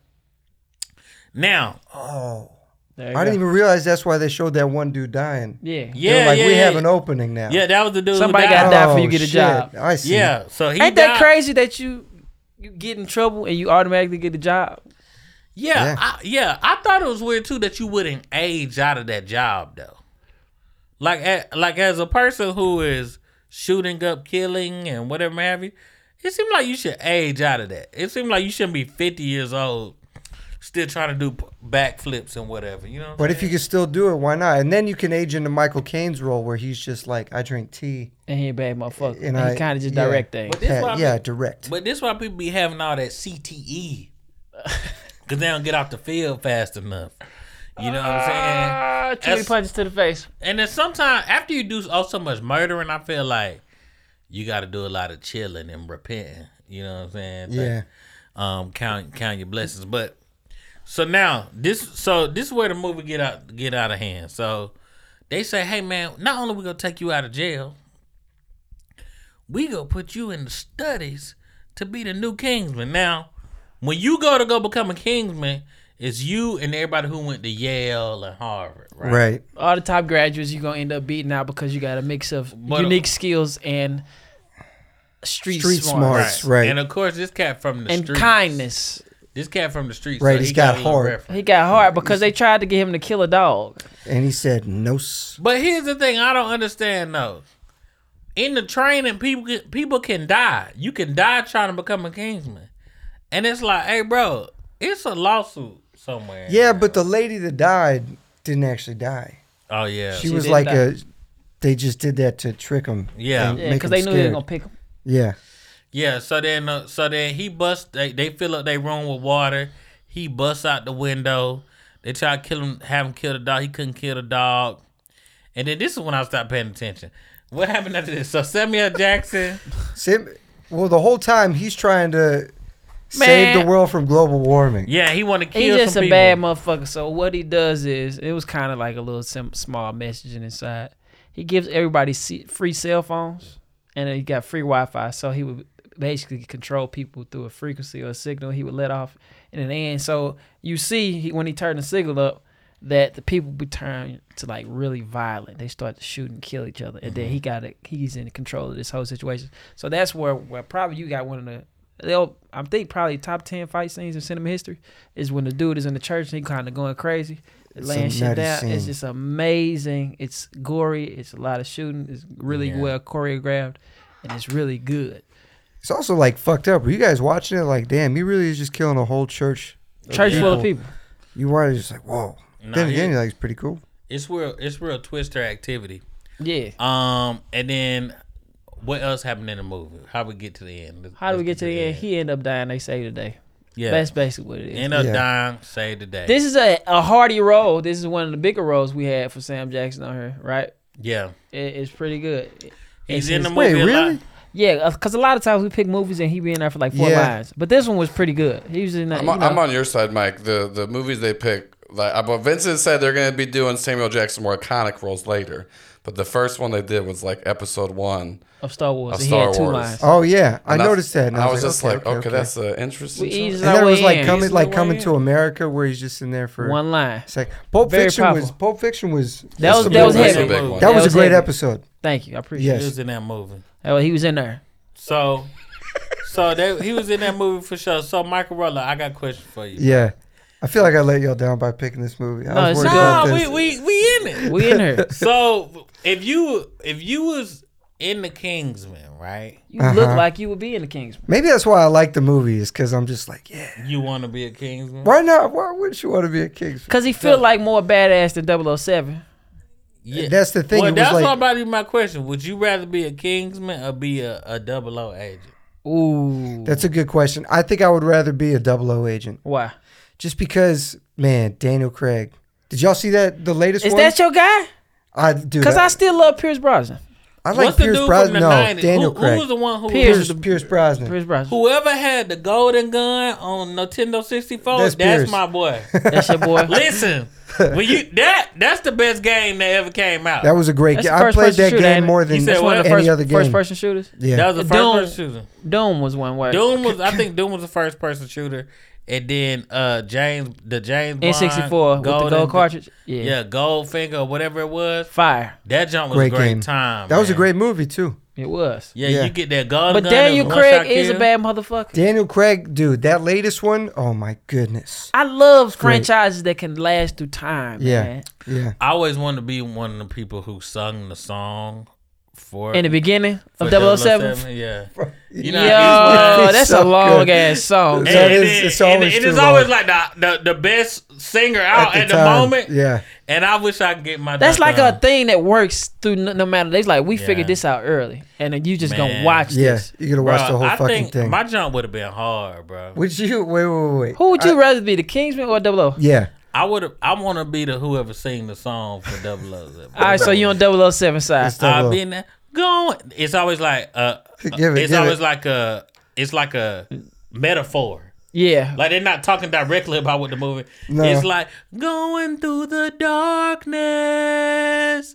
Speaker 3: Now,
Speaker 4: Oh,
Speaker 2: There you
Speaker 4: I didn't
Speaker 2: go.
Speaker 4: even realize that's why they showed that one dude dying.
Speaker 2: Yeah.
Speaker 3: yeah,
Speaker 4: They're like
Speaker 3: yeah,
Speaker 4: we
Speaker 3: yeah,
Speaker 4: have an opening now. Oh,
Speaker 3: yeah, that was the dude.
Speaker 2: Somebody
Speaker 3: who died.
Speaker 2: got that. die before you get a job.
Speaker 4: I see.
Speaker 3: Yeah, so he
Speaker 2: Ain't that
Speaker 3: died-
Speaker 2: crazy that you you get in trouble and you automatically get a job?
Speaker 3: Yeah,
Speaker 4: Yeah.
Speaker 3: I, yeah. I thought it was weird too that you wouldn't age out of that job though. Like, a, like as a person who is shooting up, killing, and whatever have you, it seemed like you should age out of that. It seemed like you shouldn't be fifty years old still trying to do p- backflips and whatever. You know. what
Speaker 4: But if you can still do it, why not? And then you can age into Michael Caine's role where he's just like, I drink tea.
Speaker 2: And he a bad motherfucker.
Speaker 4: And
Speaker 2: And,
Speaker 4: I-
Speaker 2: he kind of just
Speaker 4: yeah.
Speaker 2: direct
Speaker 3: I'm
Speaker 2: things.
Speaker 3: saying? but this why
Speaker 4: Yeah, yeah, direct.
Speaker 3: But this why people be having all that CTE because they don't get off the field fast enough. You know what I'm saying?
Speaker 2: Ah, too many
Speaker 3: That's-
Speaker 2: punches to the face.
Speaker 3: And then sometimes after you do all so much murdering, I feel like you got to do a lot of chilling and repenting. You know what I'm saying?
Speaker 4: Yeah.
Speaker 3: Um, count count your blessings. But so now this so this is where the movie get out get out of hand. So they say, hey man, not only we gonna take you out of jail, we gonna put you in the studies to be the new Kingsman. Now, when you go to go become a Kingsman, it's you and everybody who went to Yale and Harvard, right?
Speaker 4: Right.
Speaker 2: All the top graduates you're going to end up beating out because you got a mix of
Speaker 3: But-
Speaker 2: unique skills and street,
Speaker 4: Street
Speaker 2: smarts.
Speaker 4: smarts. right.
Speaker 3: And of course, this cat from the
Speaker 2: And
Speaker 3: streets.
Speaker 2: kindness.
Speaker 3: This cat from the streets.
Speaker 4: Right,
Speaker 3: so
Speaker 4: he's
Speaker 3: he got,
Speaker 4: got
Speaker 3: a little
Speaker 4: heart.
Speaker 3: reference.
Speaker 2: He got hard because they tried to get him to kill a dog.
Speaker 4: And he said, no. s-"
Speaker 3: But here's the thing: I don't understand though. In the training, people can- people can die. You can die trying to become a kingsman, and it's like, hey, bro, it's a lawsuit somewhere.
Speaker 4: Yeah, but the lady that died didn't actually die.
Speaker 3: oh yeah,
Speaker 4: She,
Speaker 2: She
Speaker 4: was
Speaker 2: did
Speaker 4: like
Speaker 2: die.
Speaker 4: a. They just did that to trick him.
Speaker 3: Yeah.
Speaker 4: and
Speaker 2: Yeah,
Speaker 4: make
Speaker 2: because
Speaker 4: him
Speaker 2: they knew they were
Speaker 4: scared.
Speaker 2: going to pick him.
Speaker 4: Yeah.
Speaker 3: yeah. So then, uh, so then he busts. They, they fill up their room with water. He busts out the window. They try to kill him, have him kill the dog. He couldn't kill the dog. And then this is when I stopped paying attention. What happened after this? So Samuel Jackson.
Speaker 4: Sam, well, the whole time he's trying to save the
Speaker 2: Man.
Speaker 4: world from global warming.
Speaker 3: Yeah, he want to kill
Speaker 2: He's just a
Speaker 3: some people.
Speaker 2: bad motherfucker. So what he does is, it was kind of like a little sim- small messaging inside. He gives everybody c- free cell phones, and he got free Wi-Fi. So he would basically control people through a frequency or a signal he would let off in an end. So you see, he, when he turned the signal up, that the people would turn to like really violent. They start to shoot and kill each other, and then he got it. He's in control of this whole situation. So that's where, where probably you got one of the they'll I think probably top ten fight scenes in cinema history is when the dude is in the church and he kind of going crazy,
Speaker 4: a
Speaker 2: laying shit
Speaker 4: nutty
Speaker 2: down. It's
Speaker 4: scene.
Speaker 2: just amazing. It's gory. It's a lot of shooting. It's really
Speaker 3: Yeah.
Speaker 2: well choreographed, and it's really good.
Speaker 4: It's also like fucked up. Were you guys watching it? Like, damn, he really is just killing a whole church.
Speaker 2: Church full of people.
Speaker 4: You were just like, whoa.
Speaker 3: Nah,
Speaker 4: then
Speaker 3: he-
Speaker 4: again, you're like, it's pretty cool.
Speaker 3: It's real. It's real twister activity.
Speaker 2: Yeah.
Speaker 3: Um, and then what else happened in the movie? How we get to the end? Let's-
Speaker 2: How do we get
Speaker 3: let's
Speaker 2: to the end? He end up dying. They save the day.
Speaker 3: Yeah,
Speaker 2: That's basically what it is.
Speaker 3: end up
Speaker 4: Yeah.
Speaker 3: dying, save the day.
Speaker 2: This is a, a hardy role. This is one of the bigger roles we had for Sam Jackson on here, right?
Speaker 3: yeah,
Speaker 2: It, it's pretty good. It's-
Speaker 3: he's in the
Speaker 2: it's-
Speaker 4: Wait,
Speaker 3: movie. a lot.
Speaker 4: really?
Speaker 2: Yeah, because a lot of times we pick movies and he be in there for like four
Speaker 4: Yeah.
Speaker 2: lines. But this one was pretty good. He was in that.
Speaker 5: I'm,
Speaker 2: you
Speaker 5: on- I'm
Speaker 2: know.
Speaker 5: on your side, Mike. The the movies they pick, like I- but Vincent said, they're going to be doing Samuel Jackson more iconic roles later. But the first one they did was like Episode One.
Speaker 2: of Star Wars.
Speaker 5: Of
Speaker 2: and he
Speaker 5: Star
Speaker 2: had two
Speaker 5: Wars.
Speaker 2: lines.
Speaker 4: Oh, yeah. I
Speaker 5: And
Speaker 4: noticed that. And I, was,
Speaker 5: just like, okay, that's an
Speaker 2: We
Speaker 5: interesting. choice.
Speaker 2: eased
Speaker 4: And then
Speaker 2: our
Speaker 4: it was
Speaker 2: way
Speaker 4: like
Speaker 2: in.
Speaker 4: coming,
Speaker 3: He's
Speaker 4: like
Speaker 3: the
Speaker 4: coming
Speaker 3: way
Speaker 4: to America, where he's just in there for
Speaker 2: one line.
Speaker 4: It's like Pulp
Speaker 2: Very
Speaker 4: Fiction was
Speaker 2: powerful.
Speaker 4: Pulp Fiction was
Speaker 2: That was
Speaker 4: that's a
Speaker 2: that was
Speaker 4: big one.
Speaker 5: That's a
Speaker 2: heavy.
Speaker 5: big
Speaker 4: That,
Speaker 5: one. That
Speaker 4: was a great
Speaker 2: heavy.
Speaker 4: episode.
Speaker 2: Thank you, I appreciate
Speaker 4: Yes.
Speaker 3: He
Speaker 2: it.
Speaker 3: was in that movie.
Speaker 2: Oh, he was in there.
Speaker 3: So, so they, he was in that movie for sure. So Michael Rutler, I got a question for you.
Speaker 4: Yeah, I feel like I let y'all down by picking this movie. I
Speaker 2: No,
Speaker 4: was
Speaker 2: it's
Speaker 4: worried
Speaker 2: not-
Speaker 4: about
Speaker 3: No,
Speaker 4: this.
Speaker 3: we, we we in it.
Speaker 2: We in here.
Speaker 3: so if you if you was in the Kingsman, right?
Speaker 2: You look
Speaker 4: Uh-huh.
Speaker 2: like you would be in the Kingsman.
Speaker 4: Maybe that's why I like the movie is because I'm just like, yeah,
Speaker 3: You want to be a Kingsman?
Speaker 4: why not? Why wouldn't you want to be a Kings? fan?
Speaker 2: Cause he feel like more badass than 007.
Speaker 3: Yeah.
Speaker 4: That's the thing.
Speaker 3: Well,
Speaker 4: it was
Speaker 3: that's
Speaker 4: like,
Speaker 3: about to be my question. Would you rather be a Kingsman or be a, a double O agent?
Speaker 2: Ooh.
Speaker 4: That's a good question. I think I would rather be a double O agent.
Speaker 2: Why?
Speaker 4: Just because, man, Daniel Craig. Did y'all see that the latest
Speaker 2: Is
Speaker 4: one?
Speaker 2: that your guy?
Speaker 4: I do.
Speaker 2: Because I still love Pierce Brosnan.
Speaker 4: I like
Speaker 3: What's the
Speaker 4: Pierce
Speaker 3: dude
Speaker 4: Brosnan.
Speaker 3: from the
Speaker 4: No,
Speaker 3: 90s?
Speaker 4: Daniel
Speaker 3: who,
Speaker 4: Craig.
Speaker 3: who was the one who
Speaker 2: Pierce.
Speaker 3: was
Speaker 4: Pierce, Pierce Brosnan.
Speaker 2: Pierce Brosnan.
Speaker 3: Whoever had the golden gun on Nintendo 64,
Speaker 4: That's
Speaker 3: that's,
Speaker 4: Pierce.
Speaker 3: my boy.
Speaker 2: That's your boy.
Speaker 3: Listen, when you that that's the best game that ever came out.
Speaker 4: That was a great
Speaker 2: That's
Speaker 4: game.
Speaker 2: the
Speaker 4: I
Speaker 2: first
Speaker 4: played
Speaker 2: person
Speaker 4: that
Speaker 2: shooter,
Speaker 4: game
Speaker 2: ain't it?
Speaker 4: more
Speaker 2: You
Speaker 4: than
Speaker 3: said
Speaker 2: That's one of the
Speaker 4: any
Speaker 2: first,
Speaker 4: other game.
Speaker 2: first person shooters.
Speaker 4: yeah.
Speaker 3: That was the first
Speaker 2: Doom.
Speaker 3: person shooter.
Speaker 2: Doom was one word.
Speaker 3: Doom was I think Doom was the first person shooter, and then uh James the James Bond
Speaker 2: N64 with the
Speaker 3: golden-
Speaker 2: gold cartridge. Yeah.
Speaker 3: Yeah, gold finger, whatever it was.
Speaker 2: Fire.
Speaker 3: That jump was
Speaker 4: Great
Speaker 3: a great
Speaker 4: game.
Speaker 3: time.
Speaker 4: that was a
Speaker 3: man.
Speaker 4: great movie too.
Speaker 2: It was.
Speaker 3: Yeah,
Speaker 4: Yeah.
Speaker 3: you get that golden.
Speaker 2: But
Speaker 3: gun,
Speaker 2: Daniel
Speaker 3: that was one-shot
Speaker 2: Craig is a
Speaker 3: kill.
Speaker 2: bad motherfucker.
Speaker 4: Daniel Craig, dude, that latest one, oh my goodness.
Speaker 2: I love
Speaker 4: Great.
Speaker 2: franchises that can last through time.
Speaker 4: Yeah.
Speaker 2: Man.
Speaker 4: Yeah.
Speaker 3: I always wanted to be one of the people who sung the song for
Speaker 2: In the beginning
Speaker 3: for oh
Speaker 2: of 007.
Speaker 3: Yeah.
Speaker 4: It
Speaker 3: You know,
Speaker 2: Yo,
Speaker 3: it's like-
Speaker 2: that's
Speaker 4: so
Speaker 2: a long
Speaker 4: good.
Speaker 2: ass song.
Speaker 4: So it
Speaker 3: and
Speaker 4: is-
Speaker 3: it-
Speaker 4: it's
Speaker 3: and
Speaker 4: always
Speaker 3: it
Speaker 4: too
Speaker 3: is always
Speaker 4: long.
Speaker 3: like the, the the best singer out at Oh, the,
Speaker 4: time,
Speaker 3: moment.
Speaker 4: Yeah.
Speaker 3: And I wish I could get my
Speaker 2: That's like a
Speaker 3: done.
Speaker 2: thing that works through no, no matter. They like we
Speaker 3: Uh-uh. Yeah.
Speaker 2: figured this out early, and then you just gonna
Speaker 3: Man.
Speaker 2: watch
Speaker 4: Yeah.
Speaker 2: this.
Speaker 4: You gotta watch
Speaker 3: Bruh,
Speaker 4: the whole
Speaker 3: I
Speaker 4: fucking
Speaker 3: think
Speaker 4: thing.
Speaker 3: My jump would have been hard, bro.
Speaker 4: would you wait, wait, wait, wait.
Speaker 2: Who would you
Speaker 4: I-
Speaker 2: rather be, the Kingsman or Double O?
Speaker 4: Yeah.
Speaker 3: I would have. I want to be the whoever sing the song for Double O.
Speaker 2: All right, so you on 007 side.
Speaker 4: It's
Speaker 3: I've
Speaker 4: 00.
Speaker 3: been there going. It's always like uh,
Speaker 4: Give it,
Speaker 3: it's
Speaker 4: give
Speaker 3: always
Speaker 4: it.
Speaker 3: like a. It's like a metaphor.
Speaker 2: Yeah,
Speaker 3: Like they're not talking directly about what the movie.
Speaker 4: No.
Speaker 3: It's like going through the darkness,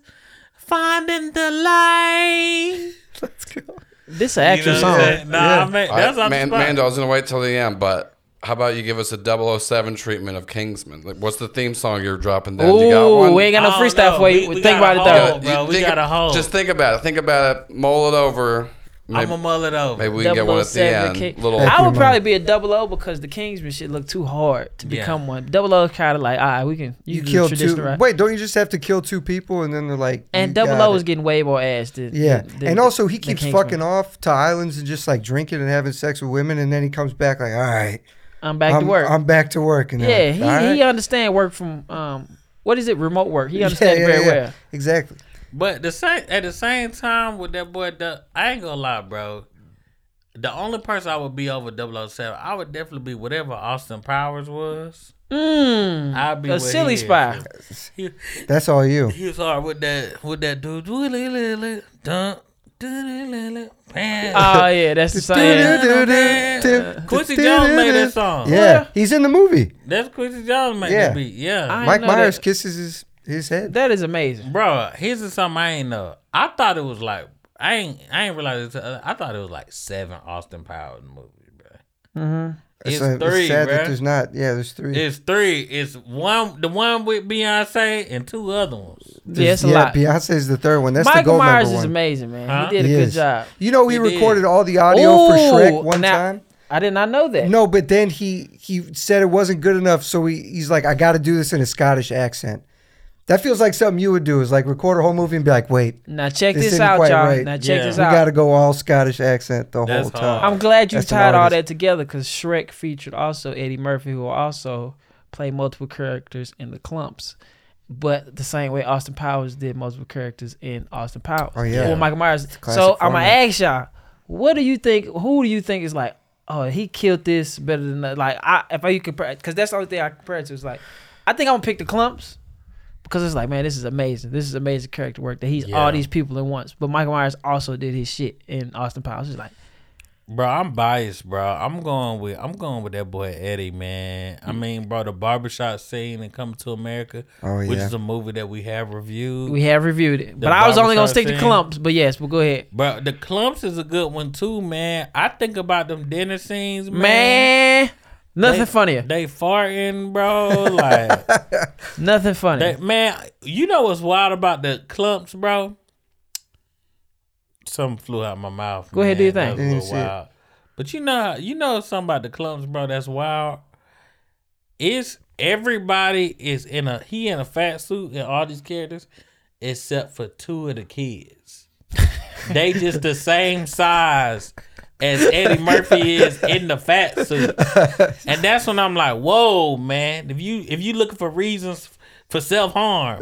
Speaker 3: finding the light.
Speaker 4: Let's go.
Speaker 2: this an actual
Speaker 3: You know
Speaker 2: song.
Speaker 3: what I'm saying? Nah,
Speaker 4: Yeah.
Speaker 3: man,
Speaker 5: All
Speaker 3: that's
Speaker 5: right,
Speaker 3: not
Speaker 5: Man-
Speaker 3: the spot.
Speaker 5: Mando, I was gonna wait till the end, but how about you give us a 007 treatment of Kingsman? Like, what's the theme song you're dropping down? you got
Speaker 2: Ooh,
Speaker 5: one?
Speaker 2: we ain't got no
Speaker 3: I don't
Speaker 2: freestyle
Speaker 3: know.
Speaker 2: for you.
Speaker 3: We- we
Speaker 2: Think about
Speaker 3: got
Speaker 2: it
Speaker 3: a
Speaker 2: though.
Speaker 3: whole- Oh, bro, we
Speaker 5: think-
Speaker 3: got a hole.
Speaker 5: Just think about it. Think about it. Mull it over. Maybe,
Speaker 3: I'm a mull it over.
Speaker 5: maybe we can get one at the
Speaker 2: 007
Speaker 5: end.
Speaker 2: King-
Speaker 5: Little.
Speaker 4: Back
Speaker 2: I
Speaker 4: your
Speaker 2: would
Speaker 4: mind.
Speaker 2: probably be a double O because the Kingsman shit look too hard to
Speaker 3: Yeah.
Speaker 2: become one. Double O kind of like, all right, we can you,
Speaker 4: You
Speaker 2: can do
Speaker 4: kill two.
Speaker 2: traditional route.
Speaker 4: Wait, don't you just have to kill two people and then they're like
Speaker 2: and
Speaker 4: you
Speaker 2: double
Speaker 4: got
Speaker 2: O
Speaker 4: it.
Speaker 2: is getting way more ass than
Speaker 4: Yeah.
Speaker 2: than-
Speaker 4: and also he
Speaker 2: than
Speaker 4: keeps
Speaker 2: Kingsman.
Speaker 4: fucking off to islands and just like drinking and having sex with women and then he comes back like, "All right,
Speaker 2: I'm back
Speaker 4: I'm,
Speaker 2: to work.
Speaker 4: I'm back to work." And
Speaker 2: yeah,
Speaker 4: they're
Speaker 2: he,
Speaker 4: like, "All
Speaker 2: he
Speaker 4: right."
Speaker 2: understand work from um what is it remote work. He understands
Speaker 4: yeah,
Speaker 2: very
Speaker 4: yeah.
Speaker 2: well.
Speaker 4: Exactly.
Speaker 3: But the same at the same time with that boy, the, I ain't gonna lie, bro. The only person I would be over 007, I would definitely be whatever Austin Powers was.
Speaker 2: Mm,
Speaker 3: I'd be
Speaker 2: a
Speaker 3: what
Speaker 2: silly
Speaker 3: he is.
Speaker 2: spy.
Speaker 3: He,
Speaker 4: That's all you.
Speaker 3: he was hard with that with that dude. Dun, dun, dun, dun, dun, bam.
Speaker 2: Oh yeah, that's the same.
Speaker 3: Quincy Jones made that song.
Speaker 4: Yeah, he's in the movie.
Speaker 3: That's Quincy Jones made
Speaker 4: Yeah.
Speaker 3: the beat. Yeah,
Speaker 2: I
Speaker 4: Mike
Speaker 2: know that.
Speaker 4: Myers kisses his his head.
Speaker 2: That is amazing.
Speaker 3: bro. Here's the something I ain't know. I thought it was like I ain't I ain't realize it's, uh, I thought it was like seven Austin Powers movies, bro.
Speaker 2: hmm
Speaker 3: It's
Speaker 4: a-
Speaker 3: three,
Speaker 4: sad that
Speaker 3: bro.
Speaker 4: there's not. Yeah, there's three.
Speaker 3: It's three. It's one the one with Beyonce and two other ones.
Speaker 4: There's-
Speaker 2: Yeah, it's a
Speaker 4: yeah,
Speaker 2: lot.
Speaker 4: Beyonce's the third one. That's the
Speaker 2: Michael
Speaker 4: gold
Speaker 2: Myers
Speaker 4: member
Speaker 2: is
Speaker 4: one.
Speaker 2: amazing, man.
Speaker 3: Huh?
Speaker 2: He did a
Speaker 4: He
Speaker 2: good
Speaker 4: is.
Speaker 2: job.
Speaker 4: You know, he,
Speaker 3: He did.
Speaker 4: recorded all the audio for
Speaker 2: Ooh,
Speaker 4: Shrek one
Speaker 2: now-
Speaker 4: time.
Speaker 2: I did not know that.
Speaker 4: No, but then he he said it wasn't good enough, so he, he's like, I got to do this in a Scottish accent. That feels like something you would do. Is like record a whole movie and be like, wait,
Speaker 2: Now check
Speaker 4: This
Speaker 2: this,
Speaker 4: isn't
Speaker 2: out,
Speaker 4: quite
Speaker 2: y'all.
Speaker 4: right.
Speaker 2: Now check
Speaker 3: Yeah.
Speaker 2: this
Speaker 4: we
Speaker 2: out.
Speaker 4: got to go all Scottish accent the
Speaker 3: That's
Speaker 4: whole time.
Speaker 3: hard.
Speaker 2: I'm glad you
Speaker 4: That's an
Speaker 2: tied all
Speaker 4: artist.
Speaker 2: that together because Shrek featured also Eddie Murphy, who also played multiple characters in The Clumps. But the same way Austin Powers did multiple characters in Austin Powers.
Speaker 4: Oh, yeah.
Speaker 2: Or Michael Myers.
Speaker 4: classic
Speaker 2: So I'm going to
Speaker 4: format.
Speaker 2: ask y'all, what do you think, who do you think is like, oh, he killed this better than that? Like, I, if I, you compare, because that's the only thing I compare it to is like, I think I'm going to pick The Clumps. Because it's like, man, this is amazing. This is amazing character work that he's
Speaker 3: Yeah.
Speaker 2: all these people at once. But Michael Myers also did his shit in Austin Powers. It's like,
Speaker 3: Bro, I'm biased, bro. I'm going with I'm going with that boy Eddie, man. I mean, bro, the barbershop scene and Coming to America,
Speaker 4: Oh,
Speaker 3: which
Speaker 4: yeah.
Speaker 3: is a movie that we have reviewed.
Speaker 2: We have reviewed it, but I was only gonna
Speaker 3: barbershop
Speaker 2: stick to
Speaker 3: scene.
Speaker 2: clumps. But yes, but go ahead,
Speaker 3: Bro, the clumps is a good one too, man. I think about them dinner scenes, man.
Speaker 2: man. Nothing
Speaker 3: They-
Speaker 2: funnier.
Speaker 3: They farting, bro. Like,
Speaker 2: Nothing funnier.
Speaker 3: they, man, you know what's wild about the clumps, bro? Something flew out my mouth.
Speaker 2: Go ahead, do
Speaker 3: man.
Speaker 2: your
Speaker 3: That
Speaker 2: thing.
Speaker 3: was a
Speaker 4: Yeah,
Speaker 3: little
Speaker 4: shit.
Speaker 3: wild. But you know, you know something about the clumps, bro. That's wild. It's everybody is in a he in a fat suit and all these characters, except for two of the kids. they just the same size as Eddie Murphy is in the fat suit. And that's when I'm like, whoa, man. If you if you looking for reasons for self harm,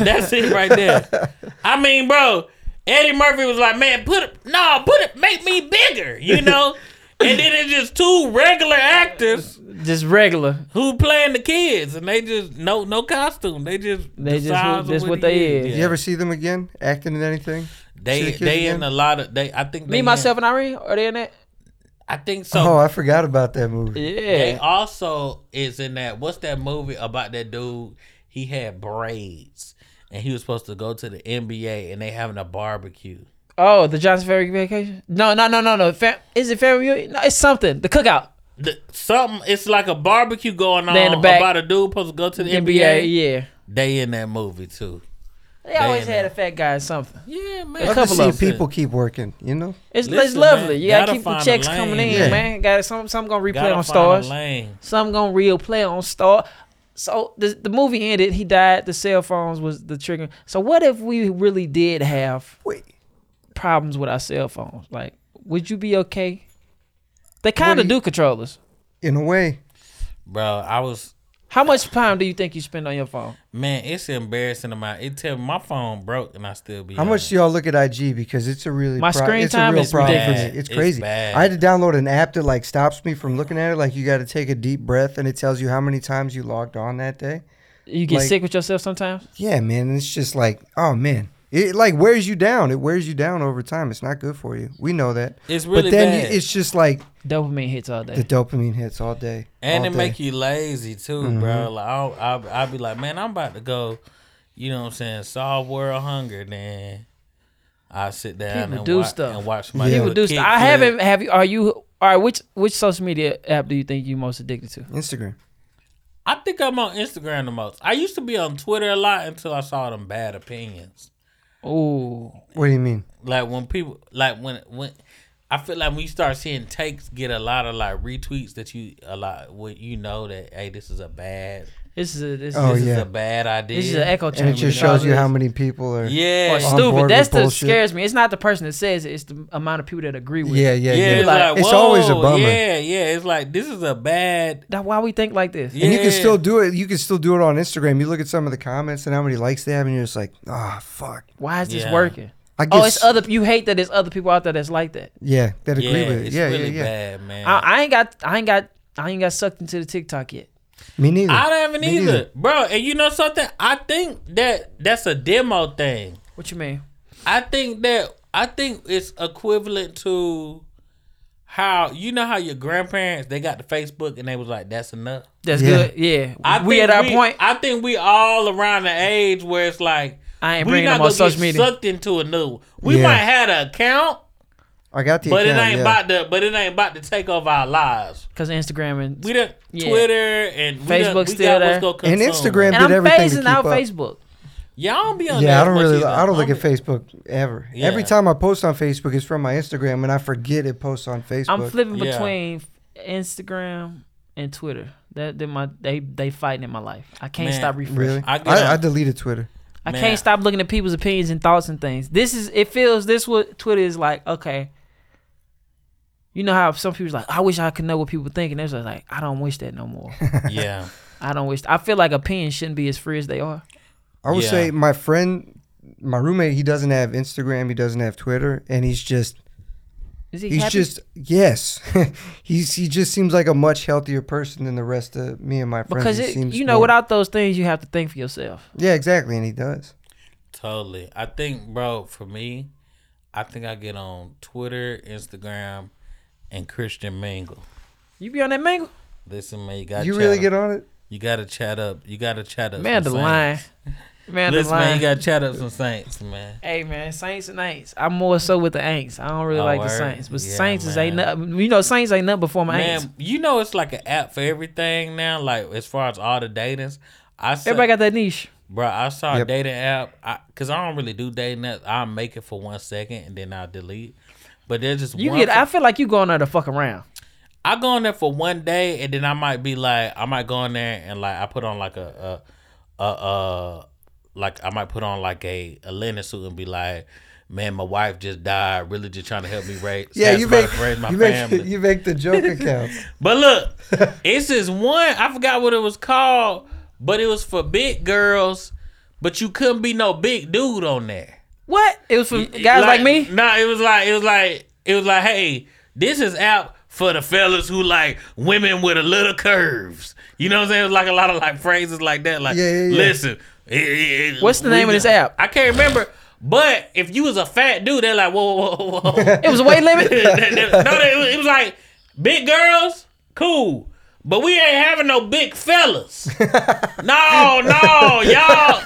Speaker 3: that's it right there. I mean, bro, Eddie Murphy was like, man, put it, no, put it, make me bigger, you know? and then it's just two regular actors
Speaker 2: Just regular.
Speaker 3: who playing the kids, and they just, no no costume. They just,
Speaker 2: They just
Speaker 3: the size
Speaker 2: who-
Speaker 3: of
Speaker 2: just what
Speaker 3: it
Speaker 2: they is.
Speaker 4: You ever see them again acting in anything? see the
Speaker 3: They,
Speaker 4: kids
Speaker 3: they in
Speaker 4: again?
Speaker 3: a lot of, they, I think they,
Speaker 2: Me,
Speaker 3: in-
Speaker 2: myself, and Irene are they in that?
Speaker 3: I think so.
Speaker 4: Oh, I forgot about that movie.
Speaker 3: They
Speaker 2: Yeah.
Speaker 3: also is in that. What's that movie about that dude? He had braids, and he was supposed to go to the NBA, and they having a barbecue.
Speaker 2: Oh, the Johnson Ferry Vacation. No, no, no, no, no. Fam- is it family reunion? No, it's something. The cookout.
Speaker 3: The, something. It's like a barbecue going on
Speaker 2: They in the back.
Speaker 3: about a dude supposed to go to the NBA.
Speaker 2: NBA. Yeah.
Speaker 3: They in that movie too.
Speaker 2: They always
Speaker 3: in
Speaker 2: had
Speaker 3: that.
Speaker 2: a fat guy or something.
Speaker 3: Yeah, man.
Speaker 2: A
Speaker 4: I just
Speaker 2: couple
Speaker 4: see
Speaker 2: of
Speaker 4: people keep working, you know?
Speaker 2: It's, it's
Speaker 3: Listen,
Speaker 2: lovely.
Speaker 3: man,
Speaker 2: you gotta,
Speaker 3: gotta
Speaker 2: keep the
Speaker 3: find a
Speaker 2: checks
Speaker 3: lane.
Speaker 2: coming in,
Speaker 4: Yeah.
Speaker 2: man. Got some some gonna replay
Speaker 3: Gotta
Speaker 2: on
Speaker 3: find
Speaker 2: stars.
Speaker 3: a lane.
Speaker 2: Some gonna real play on star. So the the movie ended. He died. The cell phones was the trigger. So what if we really did have
Speaker 4: Wait.
Speaker 2: problems with our cell phones? Like, would you be okay? They kind of
Speaker 4: do
Speaker 2: do control us.
Speaker 4: In a way.
Speaker 3: Bro, I was
Speaker 2: How much time do you think you spend on your phone?
Speaker 3: man. It's embarrassing amount. It tell my phone broke, and I still be.
Speaker 4: How
Speaker 3: on
Speaker 4: much
Speaker 3: it.
Speaker 4: do y'all look at IG? Because it's a really
Speaker 2: My screen
Speaker 4: it's
Speaker 2: time
Speaker 4: a real
Speaker 2: is
Speaker 4: problem for me.
Speaker 3: bad. It's
Speaker 4: It's crazy.
Speaker 3: bad.
Speaker 4: I had to download an app that like stops me from looking at it. Like you got to take a deep breath, and it tells you how many times you logged on that day.
Speaker 2: You get
Speaker 4: Like-
Speaker 2: sick with yourself sometimes.
Speaker 4: Yeah, man. It's just like, oh man, it like wears you down. It wears you down over time. It's not good for you. We know that.
Speaker 3: It's really
Speaker 4: but then
Speaker 3: bad.
Speaker 4: You, it's just like
Speaker 2: Dopamine hits all
Speaker 4: the
Speaker 2: day.
Speaker 4: dopamine hits all day,
Speaker 3: And
Speaker 4: all
Speaker 3: it
Speaker 4: day. Mm-hmm.
Speaker 3: make you lazy too, bro. Like I'll, I'll, I'll be like, man, I'm about to go. You know what I'm saying? Solve world hunger. Then I sit down
Speaker 2: People
Speaker 3: and
Speaker 2: do
Speaker 3: watch
Speaker 2: stuff.
Speaker 3: and watch my.
Speaker 4: People
Speaker 3: little
Speaker 2: Dude,
Speaker 3: kick
Speaker 2: I
Speaker 3: flip.
Speaker 2: haven't. Have you? Are you? All right. Which which social media app do you think you most addicted to?
Speaker 4: Instagram.
Speaker 3: I think I'm on Instagram the most. I used to be on Twitter a lot until I saw them bad opinions.
Speaker 2: Oh,
Speaker 4: What do you mean?
Speaker 3: Like when people, like when when. I feel like when you start seeing takes get a lot of like retweets that you a lot what you know that hey this is a bad
Speaker 2: this is a this,
Speaker 4: Oh,
Speaker 2: this,
Speaker 3: this is
Speaker 4: yeah.
Speaker 3: a bad idea
Speaker 2: this is an Oh, echo
Speaker 4: And
Speaker 2: chamber.
Speaker 4: it just
Speaker 2: That's all
Speaker 4: shows you
Speaker 2: it
Speaker 4: how
Speaker 2: is.
Speaker 4: many people are.
Speaker 3: yeah
Speaker 2: Or
Speaker 4: on
Speaker 2: stupid.
Speaker 4: board
Speaker 2: That's
Speaker 4: with
Speaker 2: the
Speaker 4: bullshit.
Speaker 2: scares me. It's not the person that says it. It's the amount of people that agree with.
Speaker 4: Yeah,
Speaker 2: It.
Speaker 4: yeah,
Speaker 3: Yeah,
Speaker 4: yeah.
Speaker 3: it's, like,
Speaker 4: it's always a
Speaker 3: whoa,
Speaker 4: bummer.
Speaker 3: Yeah, yeah, it's like this is a bad.
Speaker 2: That's why we think like this.
Speaker 3: Yeah.
Speaker 4: And you can still do it. You can still do it on Instagram. You look at some of the comments and how many likes they have, and you're just like, ah, fuck.
Speaker 2: Why is this
Speaker 3: Yeah.
Speaker 2: working?
Speaker 4: I
Speaker 2: Oh, it's other. You hate that there's other people out there that's like that.
Speaker 4: Yeah, that agree
Speaker 3: yeah,
Speaker 4: with it.
Speaker 3: it's
Speaker 4: Yeah,
Speaker 3: really
Speaker 4: yeah, yeah.
Speaker 3: bad, man.
Speaker 2: I,
Speaker 3: I,
Speaker 2: I ain't got. I ain't got. I ain't got sucked into the TikTok yet.
Speaker 4: Me neither.
Speaker 3: haven't
Speaker 4: Me
Speaker 3: either. bro. And you know something? I think that that's a demo thing.
Speaker 2: What you mean?
Speaker 3: I think that I think it's equivalent to how you know how your grandparents they got the Facebook and they was like, "That's enough."
Speaker 2: That's
Speaker 4: Yeah.
Speaker 2: good. Yeah,
Speaker 3: I
Speaker 2: we
Speaker 3: think
Speaker 2: at our point.
Speaker 3: I think we all around the age where it's like
Speaker 2: I ain't
Speaker 3: we
Speaker 2: bringing
Speaker 3: not
Speaker 2: them on
Speaker 3: gonna
Speaker 2: social
Speaker 3: get
Speaker 2: media.
Speaker 3: sucked into a new. We
Speaker 4: Yeah.
Speaker 3: might have an account,
Speaker 4: I got the
Speaker 3: but
Speaker 4: account,
Speaker 3: it ain't
Speaker 4: yeah.
Speaker 3: about to. But it ain't about to take over our lives.
Speaker 2: Because Instagram and
Speaker 3: We done
Speaker 2: Yeah.
Speaker 3: Twitter and we done-
Speaker 2: Facebook
Speaker 3: we
Speaker 2: still
Speaker 3: got
Speaker 2: there.
Speaker 3: What's gonna
Speaker 4: And
Speaker 3: consume.
Speaker 4: Instagram.
Speaker 2: and
Speaker 4: did
Speaker 2: I'm
Speaker 4: everything to
Speaker 2: phasing
Speaker 4: keep
Speaker 2: out
Speaker 4: up.
Speaker 2: Facebook.
Speaker 3: Y'all don't be on
Speaker 4: Yeah,
Speaker 3: there
Speaker 4: I don't
Speaker 3: as much
Speaker 4: really.
Speaker 3: either.
Speaker 4: I don't look
Speaker 3: I'm-
Speaker 4: at Facebook ever.
Speaker 3: Yeah.
Speaker 4: Every time I post on Facebook, it's from my Instagram, and I forget it posts on Facebook.
Speaker 2: I'm flipping
Speaker 3: Yeah.
Speaker 2: between Instagram and Twitter. That they my they they fighting in my life. I can't
Speaker 3: Man,
Speaker 2: stop refreshing.
Speaker 4: really.
Speaker 3: I
Speaker 4: I,
Speaker 3: get on-
Speaker 4: I, deleted Twitter.
Speaker 2: I
Speaker 3: Man.
Speaker 2: can't stop looking at people's opinions and thoughts and things. This is it feels this what Twitter is like, okay. You know how some people's like, I wish I could know what people think, and they're just like, I don't wish that no more.
Speaker 3: Yeah,
Speaker 2: I don't wish. I feel like opinions shouldn't be as free as they are.
Speaker 4: I would
Speaker 3: Yeah.
Speaker 4: say my friend, my roommate, he doesn't have Instagram. He doesn't have Twitter, and he's just
Speaker 2: Is he
Speaker 4: he's
Speaker 2: happy?
Speaker 4: just yes he's he just seems like a much healthier person than the rest of me and my friends
Speaker 2: because
Speaker 4: He
Speaker 2: it,
Speaker 4: seems
Speaker 2: you know
Speaker 4: more-
Speaker 2: without those things you have to think for yourself.
Speaker 4: yeah exactly and he does
Speaker 3: totally. I think, bro, for me, I think I get on Twitter, Instagram, and Christian Mingle.
Speaker 2: You be on that mango
Speaker 3: Listen, man, you got
Speaker 4: you really get on it
Speaker 3: You got to chat up. You got to chat up.
Speaker 2: man the
Speaker 3: some
Speaker 2: line,
Speaker 3: saints.
Speaker 2: man the
Speaker 3: Listen, man,
Speaker 2: line.
Speaker 3: you got to chat up some saints, man.
Speaker 2: Hey man, Saints and Aints. I'm more so with the Aints. I don't really
Speaker 3: Oh,
Speaker 2: like the
Speaker 3: word?
Speaker 2: Saints, but
Speaker 3: Yeah,
Speaker 2: Saints is ain't
Speaker 3: man.
Speaker 2: nothing. You know, Saints ain't nothing before my Aints.
Speaker 3: Man, you know it's like an app for everything now. Like as far as all the datings, I said,
Speaker 2: Everybody got that niche.
Speaker 3: Bro, I saw a
Speaker 4: Yep.
Speaker 3: dating app. I, Cause I don't really do dating apps. I'll make it for one second and then I'll delete. But there's just
Speaker 2: You
Speaker 3: one.
Speaker 2: get.
Speaker 3: for-
Speaker 2: I feel like you going there to fuck around.
Speaker 3: I go on there for one day and then I might be like, I might go on there and like I put on like a, a, a, a like I might put on like a, a linen suit and be like, man, my wife just died. Really just trying to help me raise,
Speaker 4: yeah you make,
Speaker 3: raise my
Speaker 4: you make
Speaker 3: family.
Speaker 4: you make the joke account
Speaker 3: But look, it's this one. I forgot what it was called, but it was for big girls. But you couldn't be no big dude on there.
Speaker 2: What? It was from guys like, me.
Speaker 3: No, it was like it was like it was like, hey, this is out for the fellas who like women with a little curves. You know what I'm saying? It was like a lot of like phrases like that. Like,
Speaker 4: Yeah, yeah, yeah.
Speaker 3: listen, it- it- it-
Speaker 2: What's the
Speaker 3: we
Speaker 2: name of this
Speaker 3: got-
Speaker 2: app?
Speaker 3: I can't remember. But if you was a fat dude, they're like, whoa, whoa, whoa, whoa.
Speaker 2: It was a weight limit.
Speaker 3: no, they- it was- it was like big girls, cool, but we ain't having no big fellas. No, no, y'all,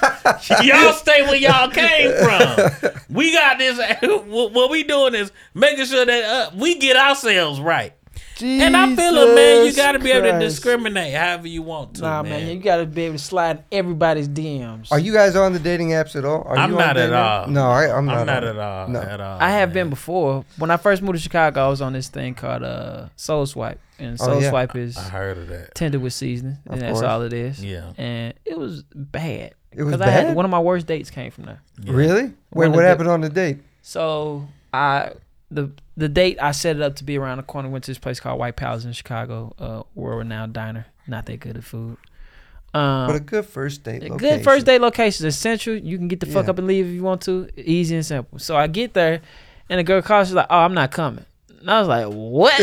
Speaker 3: y'all stay where y'all came from. We got this. What what we doing is making sure that uh, we get ourselves right. and I feel it, man. You
Speaker 4: Jesus
Speaker 3: got to be able to
Speaker 4: Christ.
Speaker 3: discriminate however you want to,
Speaker 2: Nah, Oh, man,
Speaker 3: man.
Speaker 2: you gotta be able to slide everybody's DMs.
Speaker 4: Are you guys on the dating apps at all? Are
Speaker 3: I'm
Speaker 4: you on
Speaker 3: not at
Speaker 4: dating apps?
Speaker 3: all.
Speaker 4: No, I, I'm not.
Speaker 3: I'm not at
Speaker 4: on it.
Speaker 3: all.
Speaker 4: No.
Speaker 3: At all.
Speaker 2: I have
Speaker 3: man.
Speaker 2: been before. When I first moved to Chicago, I was on this thing called uh, Soul Swipe, and Soul
Speaker 4: yeah.
Speaker 2: Swipe is
Speaker 3: I heard of that.
Speaker 2: Tinder with seasoning, and that's
Speaker 4: course.
Speaker 2: all it is.
Speaker 3: Uh-huh. Yeah.
Speaker 2: and it was bad.
Speaker 4: It was
Speaker 2: 'Cause I had-
Speaker 4: bad?
Speaker 2: one of my worst dates came from there.
Speaker 4: Really? Wait,
Speaker 2: Wanna
Speaker 4: what
Speaker 2: do-
Speaker 4: happened on the date?
Speaker 2: So I the the date I set it up to be around the corner. Went to this place called White Palace in Chicago, uh, world renowned diner. Not that good at food. Um,
Speaker 4: But a good first date.
Speaker 2: A
Speaker 4: location.
Speaker 2: good first day location. Essential. You can get the fuck
Speaker 4: Yeah.
Speaker 2: up and leave if you want to. Easy and simple. So I get there, and the girl calls. She's like, "Oh, I'm not coming." And I was like, "What?"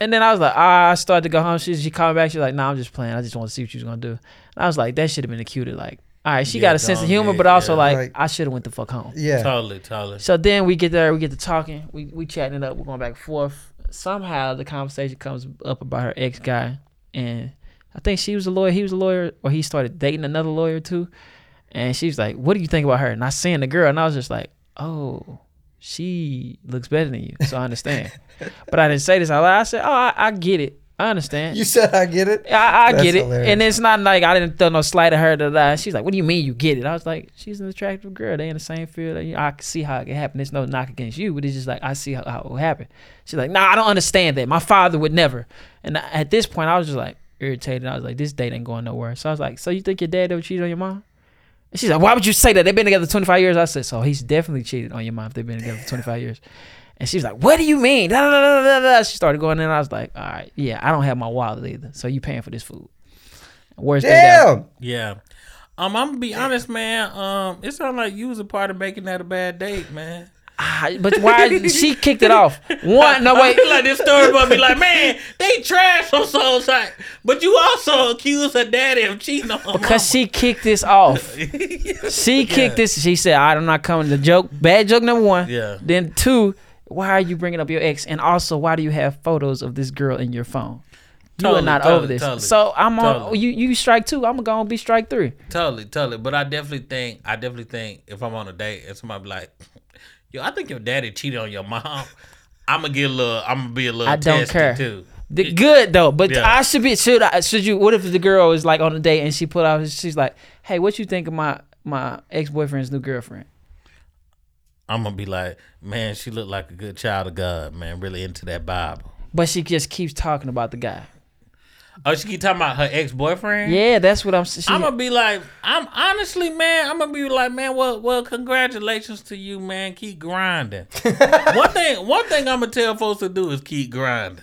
Speaker 2: and then I was like, ah, "I started to go home." She she called me back. She's like, "No, I'm just playing. I just want to see what you was gonna do." And I was like, "That should have been the cutest." Like, all right, she
Speaker 3: Yeah,
Speaker 2: got a sense of
Speaker 3: dumb,
Speaker 2: humor,
Speaker 3: yeah,
Speaker 2: but also
Speaker 3: yeah.
Speaker 2: like,
Speaker 4: Right.
Speaker 2: I should have went the fuck home.
Speaker 4: Yeah.
Speaker 3: Totally, totally.
Speaker 2: So then we get there, we get to talking, we we chatting it up, we're going back and forth. Somehow the conversation comes up about her ex guy, and I think she was a lawyer, he was a lawyer, or he started dating another lawyer too. And she was like, "What do you think about her?" And I seen the girl, and I was just like, "Oh, she looks better than you, so I understand." but I didn't say this out loud. I said, "Oh, I, I get it, I understand."
Speaker 4: You said I get it.
Speaker 2: I, I
Speaker 4: That's
Speaker 2: get it,
Speaker 4: hilarious.
Speaker 2: and it's not like I didn't throw no slight at her. Da, da. She's like, "What do you mean you get it?" I was like, "She's an attractive girl. They in the same field. Like, I can see how it can happen. There's no knock against you, but it's just like I see how, how it will happen." She's like, "Nah, I don't understand that. My father would never." And I- at this point, I was just like irritated. I was like, "This date ain't going nowhere." So I was like, "So you think your dad ever cheated on your mom?" And she's like, "Why would you say that? They've been together 25 years." I said, "So he's definitely cheated on your mom. If they've been together for 25 years." And she was like, "What do you mean?" Da, da, da, da, da, da. She started going in. I was like, "All right, yeah, I don't have my wallet either, so you paying for this food." Worst thing ever.
Speaker 4: Damn.
Speaker 3: Yeah. Um, I'm gonna be honest, man. Um, it sounds like you was a part of making that a bad date, man.
Speaker 2: Ah, But why she kicked it off? One, no
Speaker 3: I
Speaker 2: wait.
Speaker 3: feel like this story about me, like, man, they trash on Soul Site, but you also accused her daddy of cheating on her
Speaker 2: Cause she kicked this off. She kicked this. She said, "I'm not coming." The joke, bad joke number one.
Speaker 3: Yeah.
Speaker 2: Then two, why are you bringing up your ex? And also, why do you have photos of this girl in your phone? You are
Speaker 3: Totally,
Speaker 2: not
Speaker 3: totally,
Speaker 2: over this.
Speaker 3: totally,
Speaker 2: so I'm on.
Speaker 3: totally.
Speaker 2: You you strike two. I'm gonna be strike three.
Speaker 3: Totally, totally. But I definitely think, I definitely think if I'm on a date and somebody be like, yo, I think your daddy cheated on your mom, I'm gonna get a little, I'm gonna be a little
Speaker 2: I don't
Speaker 3: testy,
Speaker 2: care.
Speaker 3: too.
Speaker 2: The, good though, but
Speaker 3: Yeah.
Speaker 2: I should be should I should you? What if the girl is like on a date and she put out? She's like, "Hey, what you think of my my ex boyfriend's new girlfriend?"
Speaker 3: I'm gonna be like, man, she looked like a good child of God, man, really into that Bible.
Speaker 2: But she just keeps talking about the guy.
Speaker 3: Oh, she keep talking about her ex boyfriend.
Speaker 2: Yeah, that's what I'm. She,
Speaker 3: I'm gonna be like, I'm honestly, man. I'm gonna be like, man. Well, well, congratulations to you, man. Keep grinding. one thing, one thing I'm gonna tell folks to do is keep grinding.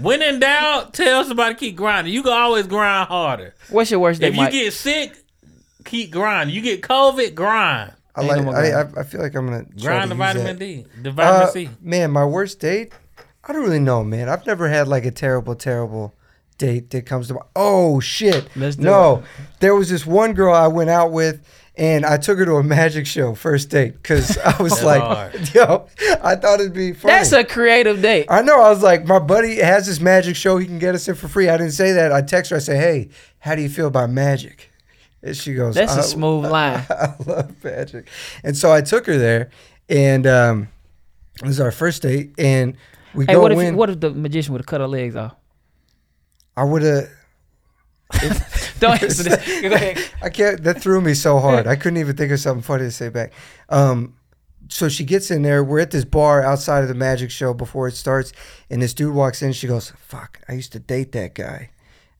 Speaker 3: when in doubt, tell somebody keep grinding. You can always grind harder.
Speaker 2: what's your worst date,
Speaker 3: If you
Speaker 2: Mike?
Speaker 3: get sick, keep grinding. You get COVID, grind,
Speaker 4: I
Speaker 2: Ain't
Speaker 4: like.
Speaker 2: no more
Speaker 4: I, I I feel like I'm gonna try to
Speaker 3: grind the
Speaker 4: use
Speaker 3: vitamin
Speaker 4: that.
Speaker 3: D, the vitamin
Speaker 4: Uh,
Speaker 3: C.
Speaker 4: Man, my worst date? I don't really know, man. I've never had like a terrible, terrible date that comes to my. Oh shit!
Speaker 2: Let's do
Speaker 4: no, there was this one girl I went out with. And I took her to a magic show first date because I was like,
Speaker 3: hard.
Speaker 4: yo, I thought it'd be funny.
Speaker 2: That's a creative date.
Speaker 4: I know. I was like, my buddy has this magic show. He can get us in for free. I didn't say that. I text her. I say, hey, how do you feel about magic? And she goes,
Speaker 2: That's
Speaker 4: "Uh,
Speaker 2: a smooth line.
Speaker 4: I love magic. And so I took her there, and um, it was our first date, and we
Speaker 2: Hey,
Speaker 4: go
Speaker 2: what if
Speaker 4: in.
Speaker 2: what if the magician would have cut her legs off?
Speaker 4: I would have.
Speaker 2: Don't answer this. Go ahead.
Speaker 4: I can't. That threw me so hard. I couldn't even think of something funny to say back. Um, so she gets in there. We're at this bar outside of the magic show before it starts, and this dude walks in. She goes, "Fuck, I used to date that guy."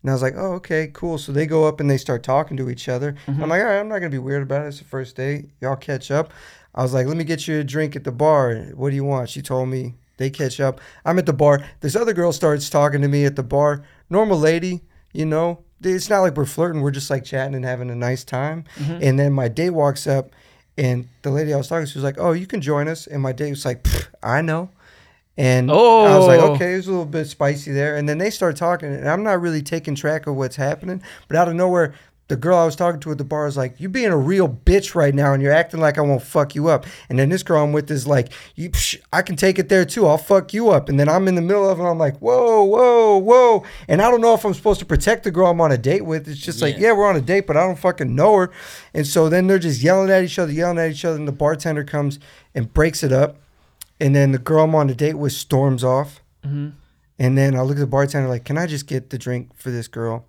Speaker 4: And I was like, "Oh, okay, cool." So they go up and they start talking to each other. I'm like, "All right, I'm not gonna be weird about it. It's the first date. Y'all catch up." I was like, "Let me get you a drink at the bar. What do you want?" She told me. They catch up. I'm at the bar. This other girl starts talking to me at the bar. Normal lady, you know. It's not like we're flirting. We're just like chatting and having a nice time. And then my date walks up And the lady I was talking to was like, "Oh, you can join us." And my date was like, "Pfft, "I know." And I was like,
Speaker 2: Oh.
Speaker 4: "Okay, it was a little bit spicy there." And then they started talking, and I'm not really taking track of what's happening, but out of nowhere. The girl I was talking to at the bar is like, "You being a real bitch right now, and you're acting like I won't fuck you up." And then this girl I'm with is like, "You, psh, I can take it there too. I'll fuck you up." And then I'm in the middle of it. I'm like, "Whoa, whoa, whoa!" And I don't know if I'm supposed to protect the girl I'm on a date with. It's just like,
Speaker 3: Yeah.
Speaker 4: yeah, yeah, we're on a date, but I don't fucking know her. And so then they're just yelling at each other, yelling at each other, and the bartender comes and breaks it up. And then the girl I'm on a date with storms off. And then I look at the bartender like, "Can I just get the drink for this girl?"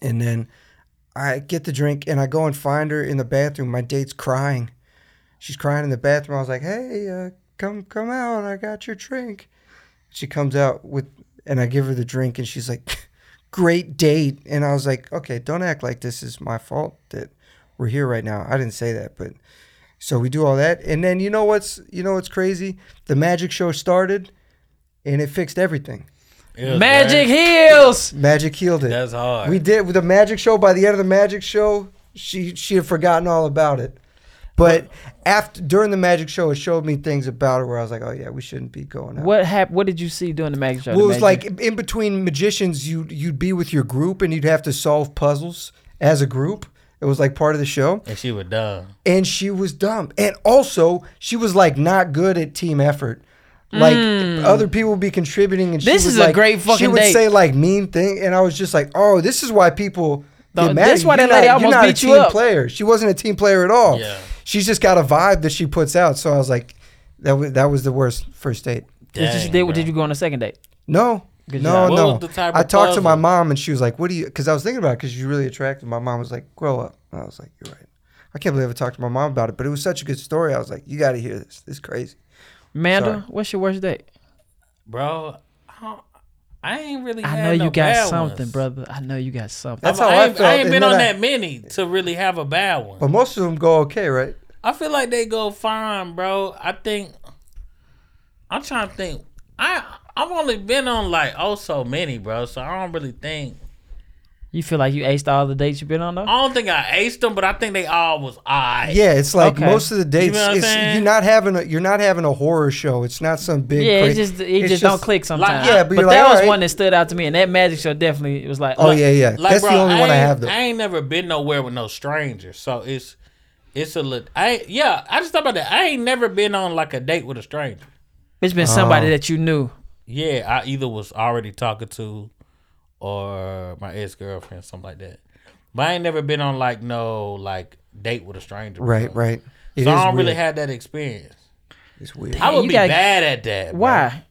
Speaker 4: And then I get the drink and I go and find her in the bathroom. My date's crying. She's crying in the bathroom. I was like, "Hey, uh, come come out. I got your drink." She comes out with and I give her the drink and she's like, "Great date." And I was like, "Okay, don't act like this is my fault that we're here right now." I didn't say that, but so we do all that. And then you know what's you know what's crazy? The magic show started and it fixed everything.
Speaker 3: It was
Speaker 2: Magic
Speaker 3: great.
Speaker 2: heals.
Speaker 4: Magic healed it.
Speaker 3: That's hard.
Speaker 4: We did with the magic show. By the end of the magic show, she she had forgotten all about it. But after during the magic show, it showed me things about her where I was like, oh yeah, we shouldn't be going out.
Speaker 2: What hap- What did you see during the magic show?
Speaker 4: Well, it was
Speaker 2: The
Speaker 4: like
Speaker 2: magic-
Speaker 4: in between magicians, you you'd be with your group and you'd have to solve puzzles as a group. It was like part of the show,
Speaker 3: and she was dumb.
Speaker 4: and she was dumb, and also she was like not good at team effort. Like other people would be contributing, and she
Speaker 2: Mm. This
Speaker 4: would,
Speaker 2: is a
Speaker 4: like-
Speaker 2: great
Speaker 4: She
Speaker 2: fucking
Speaker 4: would
Speaker 2: date.
Speaker 4: say like mean thing, and I was just like, oh, this is why people.
Speaker 2: No,
Speaker 4: get mad
Speaker 2: this
Speaker 4: at
Speaker 2: is why
Speaker 4: you. You're
Speaker 2: that lady
Speaker 4: not- you're
Speaker 2: almost
Speaker 4: not a
Speaker 2: beat you
Speaker 4: team
Speaker 2: up.
Speaker 4: Player, she wasn't a team player at all.
Speaker 3: Yeah.
Speaker 4: she's just got a vibe that she puts out. So I was like, that was that was the worst first date.
Speaker 2: Did you-
Speaker 3: Dang,
Speaker 2: did, did
Speaker 3: bro.
Speaker 2: you go on a second date?
Speaker 4: No.
Speaker 2: Good
Speaker 4: No,
Speaker 2: job.
Speaker 3: What
Speaker 4: no.
Speaker 3: was the type
Speaker 4: I
Speaker 3: of
Speaker 4: talked to my
Speaker 3: puzzle?
Speaker 4: mom and she was like, "What do you?" Because I was thinking about it because she's really attractive. My mom was like, "Grow up." And I was like, "You're right." I can't believe I talked to my mom about it, but it was such a good story. I was like, "You got to hear this. This is crazy."
Speaker 2: Manda,
Speaker 4: Sorry.
Speaker 2: what's your worst date?
Speaker 3: bro. I, don't, I ain't really.
Speaker 2: I
Speaker 3: had
Speaker 2: know
Speaker 3: no
Speaker 2: you
Speaker 3: bad
Speaker 2: got something,
Speaker 3: ones.
Speaker 2: brother. I know you got something.
Speaker 4: That's
Speaker 3: I,
Speaker 4: how Oh, I,
Speaker 3: ain't,
Speaker 4: felt.
Speaker 3: I ain't
Speaker 4: and
Speaker 3: been
Speaker 4: then
Speaker 3: on
Speaker 4: I-
Speaker 3: that many to really have a bad one.
Speaker 4: But most of them go okay, right?
Speaker 3: I feel like they go fine, bro. I think I'm trying to think. I I've only been on like oh so many, bro. So I don't really think.
Speaker 2: you feel like you aced all the dates you've been on though?
Speaker 3: I don't think I aced them, but I think they all was alright.
Speaker 4: Yeah, it's like
Speaker 2: Okay.
Speaker 4: most of the dates.
Speaker 3: know what I'm
Speaker 4: it's-
Speaker 3: saying?
Speaker 4: you're not having a you're not having a horror show. It's not some big.
Speaker 2: Yeah, it
Speaker 4: crazy-
Speaker 2: just it
Speaker 4: it's
Speaker 2: just, don't click sometimes.
Speaker 3: yeah,
Speaker 4: but
Speaker 2: but
Speaker 4: you're
Speaker 2: that
Speaker 4: like,
Speaker 2: was
Speaker 4: alright.
Speaker 2: one that stood out to me, and that magic show definitely it was like,
Speaker 4: Oh
Speaker 2: like,
Speaker 4: yeah, yeah.
Speaker 3: Like,
Speaker 4: That's
Speaker 3: bro,
Speaker 4: the only one I
Speaker 3: ain't-
Speaker 4: have though.
Speaker 3: I ain't never been nowhere with no stranger, so it's it's a lit. I ain't- yeah. I just thought about that. I ain't never been on like a date with a stranger.
Speaker 2: It's been somebody
Speaker 4: Uh-huh.
Speaker 2: that you knew.
Speaker 3: Yeah, I either was already talking to, or my ex girlfriend, something like that. But I ain't never been on like no like date with a stranger. before.
Speaker 4: Right, right. It
Speaker 3: So I
Speaker 4: is
Speaker 3: don't really
Speaker 4: weird.
Speaker 3: have that experience.
Speaker 4: It's weird.
Speaker 3: I would
Speaker 2: you
Speaker 3: be
Speaker 2: gotta-
Speaker 3: bad at that. bro.
Speaker 2: Why?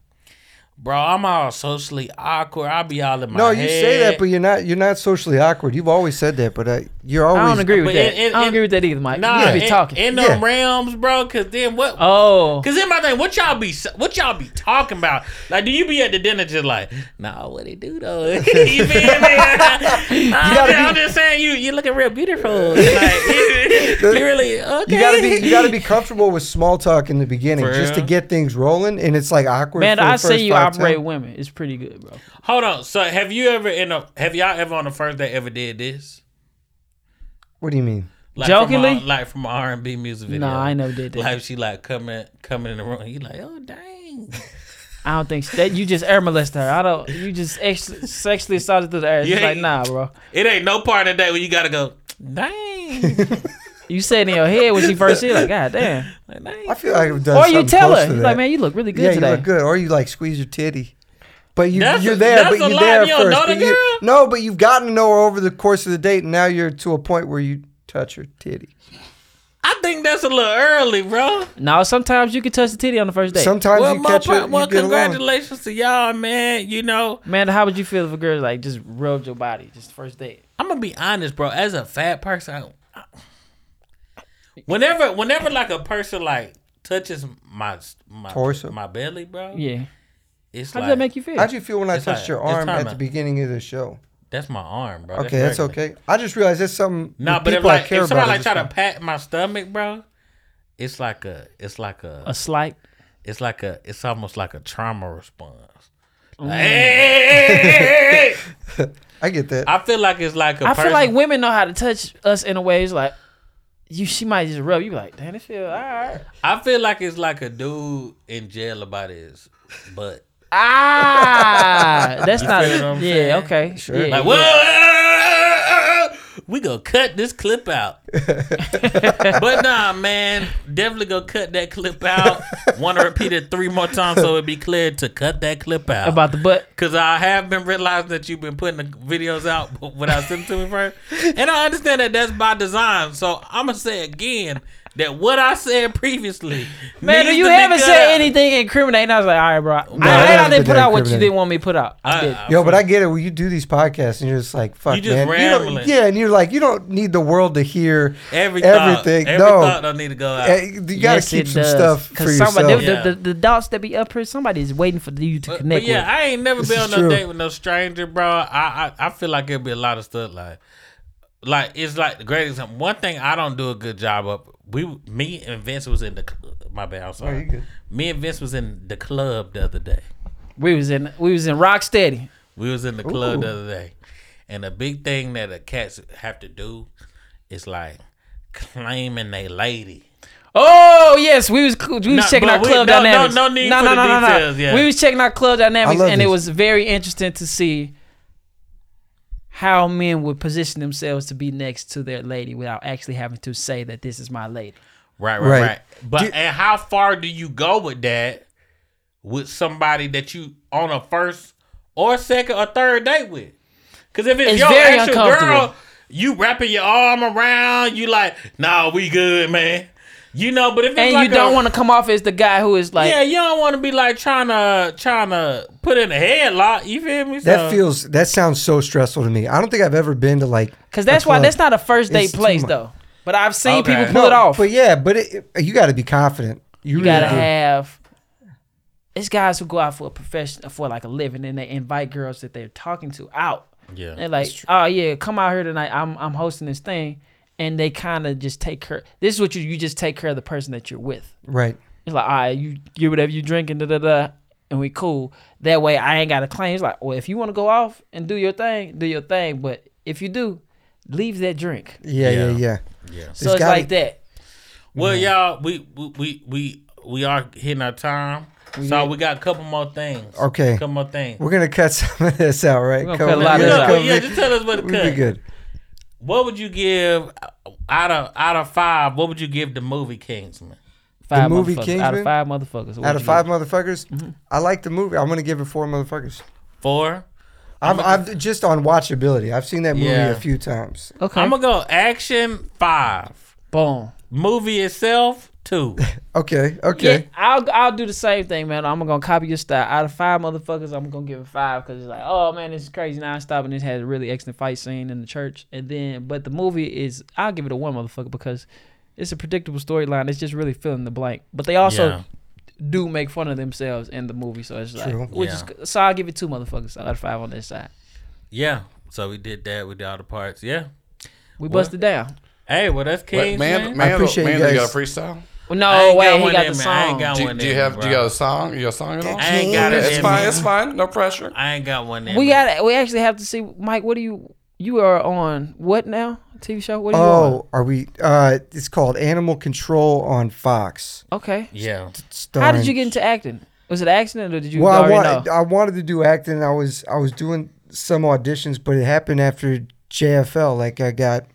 Speaker 3: bro? I'm all socially awkward. I'll be all in my
Speaker 4: No,
Speaker 3: head.
Speaker 4: you say that, but you're not you're not socially awkward. You've always said that, but I, you're always.
Speaker 2: I don't agree with
Speaker 3: But
Speaker 2: that.
Speaker 3: it- it-
Speaker 2: I don't
Speaker 3: it-
Speaker 2: agree with that either, Mike.
Speaker 3: nah,
Speaker 2: you just be
Speaker 3: in,
Speaker 2: talking.
Speaker 3: in the
Speaker 4: Yeah.
Speaker 3: realms, bro. Cause then what?
Speaker 2: oh,
Speaker 3: Cause in my thing, what y'all be what y'all be talking about? Like, do you be at the dinner just like, nah, what it do though? you feel me? I'm,
Speaker 4: gotta
Speaker 3: just, I'm
Speaker 4: be-
Speaker 3: just saying, you you looking real beautiful. Like, you really okay?
Speaker 4: You gotta be you gotta be comfortable with small talk in the beginning
Speaker 3: For
Speaker 4: just to
Speaker 3: real?
Speaker 4: get things rolling, and it's like awkward.
Speaker 2: man,
Speaker 4: for the
Speaker 2: I see
Speaker 4: first
Speaker 2: you
Speaker 4: five
Speaker 2: operate
Speaker 4: times.
Speaker 2: women. It's pretty good, bro.
Speaker 3: Hold on. So, have you ever in a have y'all ever on the first day ever did this?
Speaker 4: What do you mean?
Speaker 3: Like from a-
Speaker 2: Jokingly?
Speaker 3: like from an R and B music video.
Speaker 2: Nah, I never did that.
Speaker 3: Like she like coming coming in the room, you like, oh dang.
Speaker 2: I don't think so. that you just air molested her. I don't. You just ex- sexually assaulted through the ass.
Speaker 3: You
Speaker 2: It's like
Speaker 3: ain't-
Speaker 2: nah, bro.
Speaker 3: It ain't no part of the day where you gotta go, dang.
Speaker 2: You said in your head when she first see, like, God damn.
Speaker 3: Like, dang.
Speaker 4: I feel like I've done.
Speaker 2: Or you
Speaker 4: something
Speaker 2: tell
Speaker 4: close
Speaker 2: her,
Speaker 4: to
Speaker 2: you
Speaker 4: that.
Speaker 2: like, man, you look really good
Speaker 4: yeah,
Speaker 2: today.
Speaker 4: you look good, or you like squeeze your titty. But you,
Speaker 3: That's a-
Speaker 4: you're there,
Speaker 3: that's
Speaker 4: but
Speaker 3: a
Speaker 4: you're
Speaker 3: lie.
Speaker 4: there
Speaker 3: You don't
Speaker 4: first.
Speaker 3: know the
Speaker 4: but you-
Speaker 3: girl?
Speaker 4: no, but you've gotten to know her over the course of the date, and now you're to a point where you touch her titty.
Speaker 3: I think that's a little early, bro.
Speaker 2: No, sometimes you can touch the titty on the first date.
Speaker 4: Sometimes
Speaker 3: well,
Speaker 4: you
Speaker 3: my
Speaker 4: catch
Speaker 3: part-
Speaker 4: her.
Speaker 3: well
Speaker 4: you get along.
Speaker 3: congratulations to y'all, man. You know,
Speaker 2: Man, how would you feel if a girl like just rubbed your body just the first date?
Speaker 3: I'm gonna be honest, bro. As a fat person, I, I- whenever, whenever like a person like touches my my
Speaker 4: Torso.
Speaker 3: my belly, bro,
Speaker 2: Yeah.
Speaker 3: it's
Speaker 2: How
Speaker 3: like
Speaker 2: does that make you feel?
Speaker 4: How'd you feel when I
Speaker 3: It's
Speaker 4: touched
Speaker 3: like-
Speaker 4: your
Speaker 3: it's
Speaker 4: arm
Speaker 3: time
Speaker 4: at the
Speaker 3: out.
Speaker 4: beginning of the show?
Speaker 3: that's my arm, bro.
Speaker 4: Okay, that's
Speaker 3: regular.
Speaker 4: okay. I just realized that's something.
Speaker 3: Nah,
Speaker 4: the
Speaker 3: but if
Speaker 4: people I
Speaker 3: like
Speaker 4: care
Speaker 3: if somebody
Speaker 4: about
Speaker 3: like
Speaker 4: is
Speaker 3: try to
Speaker 4: just-
Speaker 3: pat my stomach, bro, it's like a it's like a
Speaker 2: a slight.
Speaker 3: it's like a it's almost like a trauma response.
Speaker 2: Mm.
Speaker 3: Like, hey, hey, hey, hey, hey, hey.
Speaker 4: I get that.
Speaker 3: I feel like it's like a
Speaker 2: I
Speaker 3: person,
Speaker 2: feel like women know how to touch us in a way. It's like you she might just rub you like, damn, it feel all right.
Speaker 3: I feel like it's like a dude in jail about his butt.
Speaker 2: Ah, that's not.
Speaker 3: feel what I'm
Speaker 2: yeah,
Speaker 3: saying?
Speaker 2: okay,
Speaker 4: Sure.
Speaker 2: Yeah,
Speaker 3: Like,
Speaker 2: yeah.
Speaker 3: whoa, we gonna cut this clip out. but nah, man, definitely gonna cut that clip out. Want to repeat it three more times so it be clear to cut that clip out.
Speaker 2: about the butt.
Speaker 3: Cause I have been realizing that you've been putting the videos out without sending to me first, and I understand that that's by design. So I'm gonna say again that what I said previously,
Speaker 2: Man,
Speaker 3: needs
Speaker 2: you
Speaker 3: to be
Speaker 2: haven't
Speaker 3: cut
Speaker 2: said
Speaker 3: out.
Speaker 2: anything incriminating. I was like, all right, bro.
Speaker 3: No,
Speaker 2: I, I,
Speaker 4: that
Speaker 2: didn't
Speaker 4: was
Speaker 2: put out what you
Speaker 4: incriminating.
Speaker 2: didn't want me to put out. I,
Speaker 3: I-
Speaker 2: did.
Speaker 3: I-
Speaker 4: Yo, but I get it. When you do these podcasts, and you're just like, "Fuck,
Speaker 3: just
Speaker 4: man." You don't-
Speaker 3: rambling.
Speaker 4: yeah, and you're like, you don't need the world to hear
Speaker 3: Every
Speaker 4: everything.
Speaker 3: thought, every
Speaker 4: no,
Speaker 3: thought don't need to go out.
Speaker 4: Eh, you gotta
Speaker 2: Yes,
Speaker 4: keep
Speaker 2: it
Speaker 4: some
Speaker 2: does.
Speaker 4: stuff for
Speaker 2: 'Cause somebody,
Speaker 4: yourself.
Speaker 2: the,
Speaker 3: yourself.
Speaker 2: the, the, the dots that be up here, somebody is waiting for you to
Speaker 3: But-
Speaker 2: connect
Speaker 3: But yeah, I ain't never been on
Speaker 4: is
Speaker 3: no
Speaker 4: true.
Speaker 3: date with no stranger, bro. I, I I feel like it'd be a lot of stuff like, like it's like the great example. One thing I don't do a good job of. We, me and Vince was in the. cl- My bad, I'm
Speaker 4: Oh,
Speaker 3: sorry.
Speaker 4: you good.
Speaker 3: me and Vince was in the club the other day.
Speaker 2: with. We was in we was in Rocksteady.
Speaker 3: We was in the club the other day, and the big thing that the cats have to do is like claiming they lady.
Speaker 2: Oh yes, we was cool. we was
Speaker 3: Nah,
Speaker 2: checking
Speaker 3: but
Speaker 2: our
Speaker 3: we-
Speaker 2: club
Speaker 3: no- no-
Speaker 2: dynamics.
Speaker 3: no need for the details, yeah.
Speaker 2: We was checking our club dynamics,
Speaker 4: love
Speaker 2: and it
Speaker 4: this.
Speaker 2: was very interesting to see how men would position themselves to be next to their lady without actually having to say that this is my lady.
Speaker 3: Right, right, right.
Speaker 4: Right.
Speaker 3: But
Speaker 4: Do-
Speaker 3: and how far do you go with that with somebody that you on a first or second or third date with? Because if it's,
Speaker 2: It's
Speaker 3: your
Speaker 2: very
Speaker 3: actual
Speaker 2: uncomfortable.
Speaker 3: girl, you wrapping your arm around, you like, nah, we good, man. You know, but if it's
Speaker 2: And
Speaker 3: like
Speaker 2: you don't
Speaker 3: a-
Speaker 2: want to come off as the guy who is like,
Speaker 3: yeah, you don't want to be like trying to trying to put in a headlock. You feel me? So-
Speaker 4: That feels. That sounds so stressful to me. I don't think I've ever been to like.
Speaker 2: because that's
Speaker 4: a
Speaker 2: why
Speaker 4: club.
Speaker 2: that's not a first date
Speaker 4: It's too
Speaker 2: place
Speaker 4: much.
Speaker 2: though. But I've seen
Speaker 3: Okay.
Speaker 2: people pull it off.
Speaker 4: But yeah, but it, it- you got to be confident. You,
Speaker 2: you
Speaker 4: really
Speaker 2: gotta
Speaker 4: do.
Speaker 2: have it's guys who go out for a profession for like a living and they invite girls that they're talking to out
Speaker 3: Yeah.
Speaker 2: they're like oh yeah come out here tonight i'm i'm hosting this thing and they kind of just take care this is what you you just take care of the person that you're with
Speaker 4: right.
Speaker 2: it's like all right you get whatever you drinking da da da and we cool that way i ain't gotta claim it's like well if you want to go off and do your thing do your thing but if you do leave that drink
Speaker 4: Yeah, yeah,
Speaker 3: Yeah.
Speaker 4: yeah.
Speaker 2: so it's
Speaker 4: gotta-
Speaker 2: like that
Speaker 3: Well, y'all, we we we we we are hitting our time. So we got a couple more things.
Speaker 4: Okay.
Speaker 3: couple more things.
Speaker 4: We're gonna cut some of this out, right?
Speaker 2: We're gonna
Speaker 4: Come
Speaker 2: cut a
Speaker 4: on,
Speaker 2: lot of
Speaker 4: yeah,
Speaker 2: this
Speaker 3: No,
Speaker 2: out.
Speaker 4: come
Speaker 3: but yeah,
Speaker 4: on,
Speaker 3: just tell us what to
Speaker 4: We'll be
Speaker 3: cut.
Speaker 4: good.
Speaker 3: What would you give out of out of five? What would you give the movie Kingsman?
Speaker 2: five
Speaker 4: movie
Speaker 2: motherfuckers out of
Speaker 4: Kingsman?
Speaker 2: five motherfuckers What'd
Speaker 4: Out of
Speaker 2: you Mm-hmm.
Speaker 4: five
Speaker 2: give?
Speaker 4: motherfuckers, I like the movie. I'm gonna give it four motherfuckers.
Speaker 3: Four.
Speaker 4: I've, I've just on watchability. I've seen that movie
Speaker 3: Yeah.
Speaker 4: a few times.
Speaker 2: okay
Speaker 3: I'm gonna go action five.
Speaker 2: boom
Speaker 3: Movie itself two.
Speaker 4: Okay, okay.
Speaker 2: Yeah, I'll I'll do the same thing, man. I'm gonna copy your style. Out of five motherfuckers, I'm gonna give it five because it's like, oh man, this is crazy nonstop, and this had a really excellent fight scene in the church. And then, but the movie is, I'll give it a one motherfucker because it's a predictable storyline. It's just really fill in the blank. But they also
Speaker 3: Yeah.
Speaker 2: do make fun of themselves in the movie, so it's
Speaker 4: True.
Speaker 2: like, which is so I'll give it two motherfuckers out of five on this side.
Speaker 3: yeah. So we did that with all the parts. Yeah.
Speaker 2: We busted down.
Speaker 3: Hey, well that's
Speaker 5: Wait,
Speaker 3: Kingsman.
Speaker 5: man, man,
Speaker 4: I appreciate
Speaker 5: man,
Speaker 4: you
Speaker 5: you got
Speaker 4: guys.
Speaker 5: a freestyle?
Speaker 2: Well, no,
Speaker 3: I ain't
Speaker 2: wait, he
Speaker 3: one
Speaker 2: got
Speaker 3: in
Speaker 2: the
Speaker 3: me. I
Speaker 2: song.
Speaker 3: ain't got
Speaker 5: Do,
Speaker 3: one.
Speaker 5: do you
Speaker 3: in
Speaker 5: have?
Speaker 3: me,
Speaker 5: Do you
Speaker 3: bro.
Speaker 5: got a song? You got a song at all?
Speaker 3: I ain't got it.
Speaker 5: It's
Speaker 3: in
Speaker 5: fine.
Speaker 3: me.
Speaker 5: It's fine. No pressure.
Speaker 3: I ain't got one. in
Speaker 2: we
Speaker 3: me.
Speaker 2: got. We actually have to see, Mike. What do you? You are on what now? TV show? What are you
Speaker 4: Oh, are we? Uh, it's called Animal Control on Fox.
Speaker 2: on? Okay.
Speaker 3: Yeah.
Speaker 2: How did
Speaker 4: Starring-
Speaker 2: you get into acting? Was it an accident or did you
Speaker 4: Well, I
Speaker 2: already
Speaker 4: wanted
Speaker 2: know?
Speaker 4: I wanted to do acting. I was I was doing some auditions, but it happened after JFL. Like I got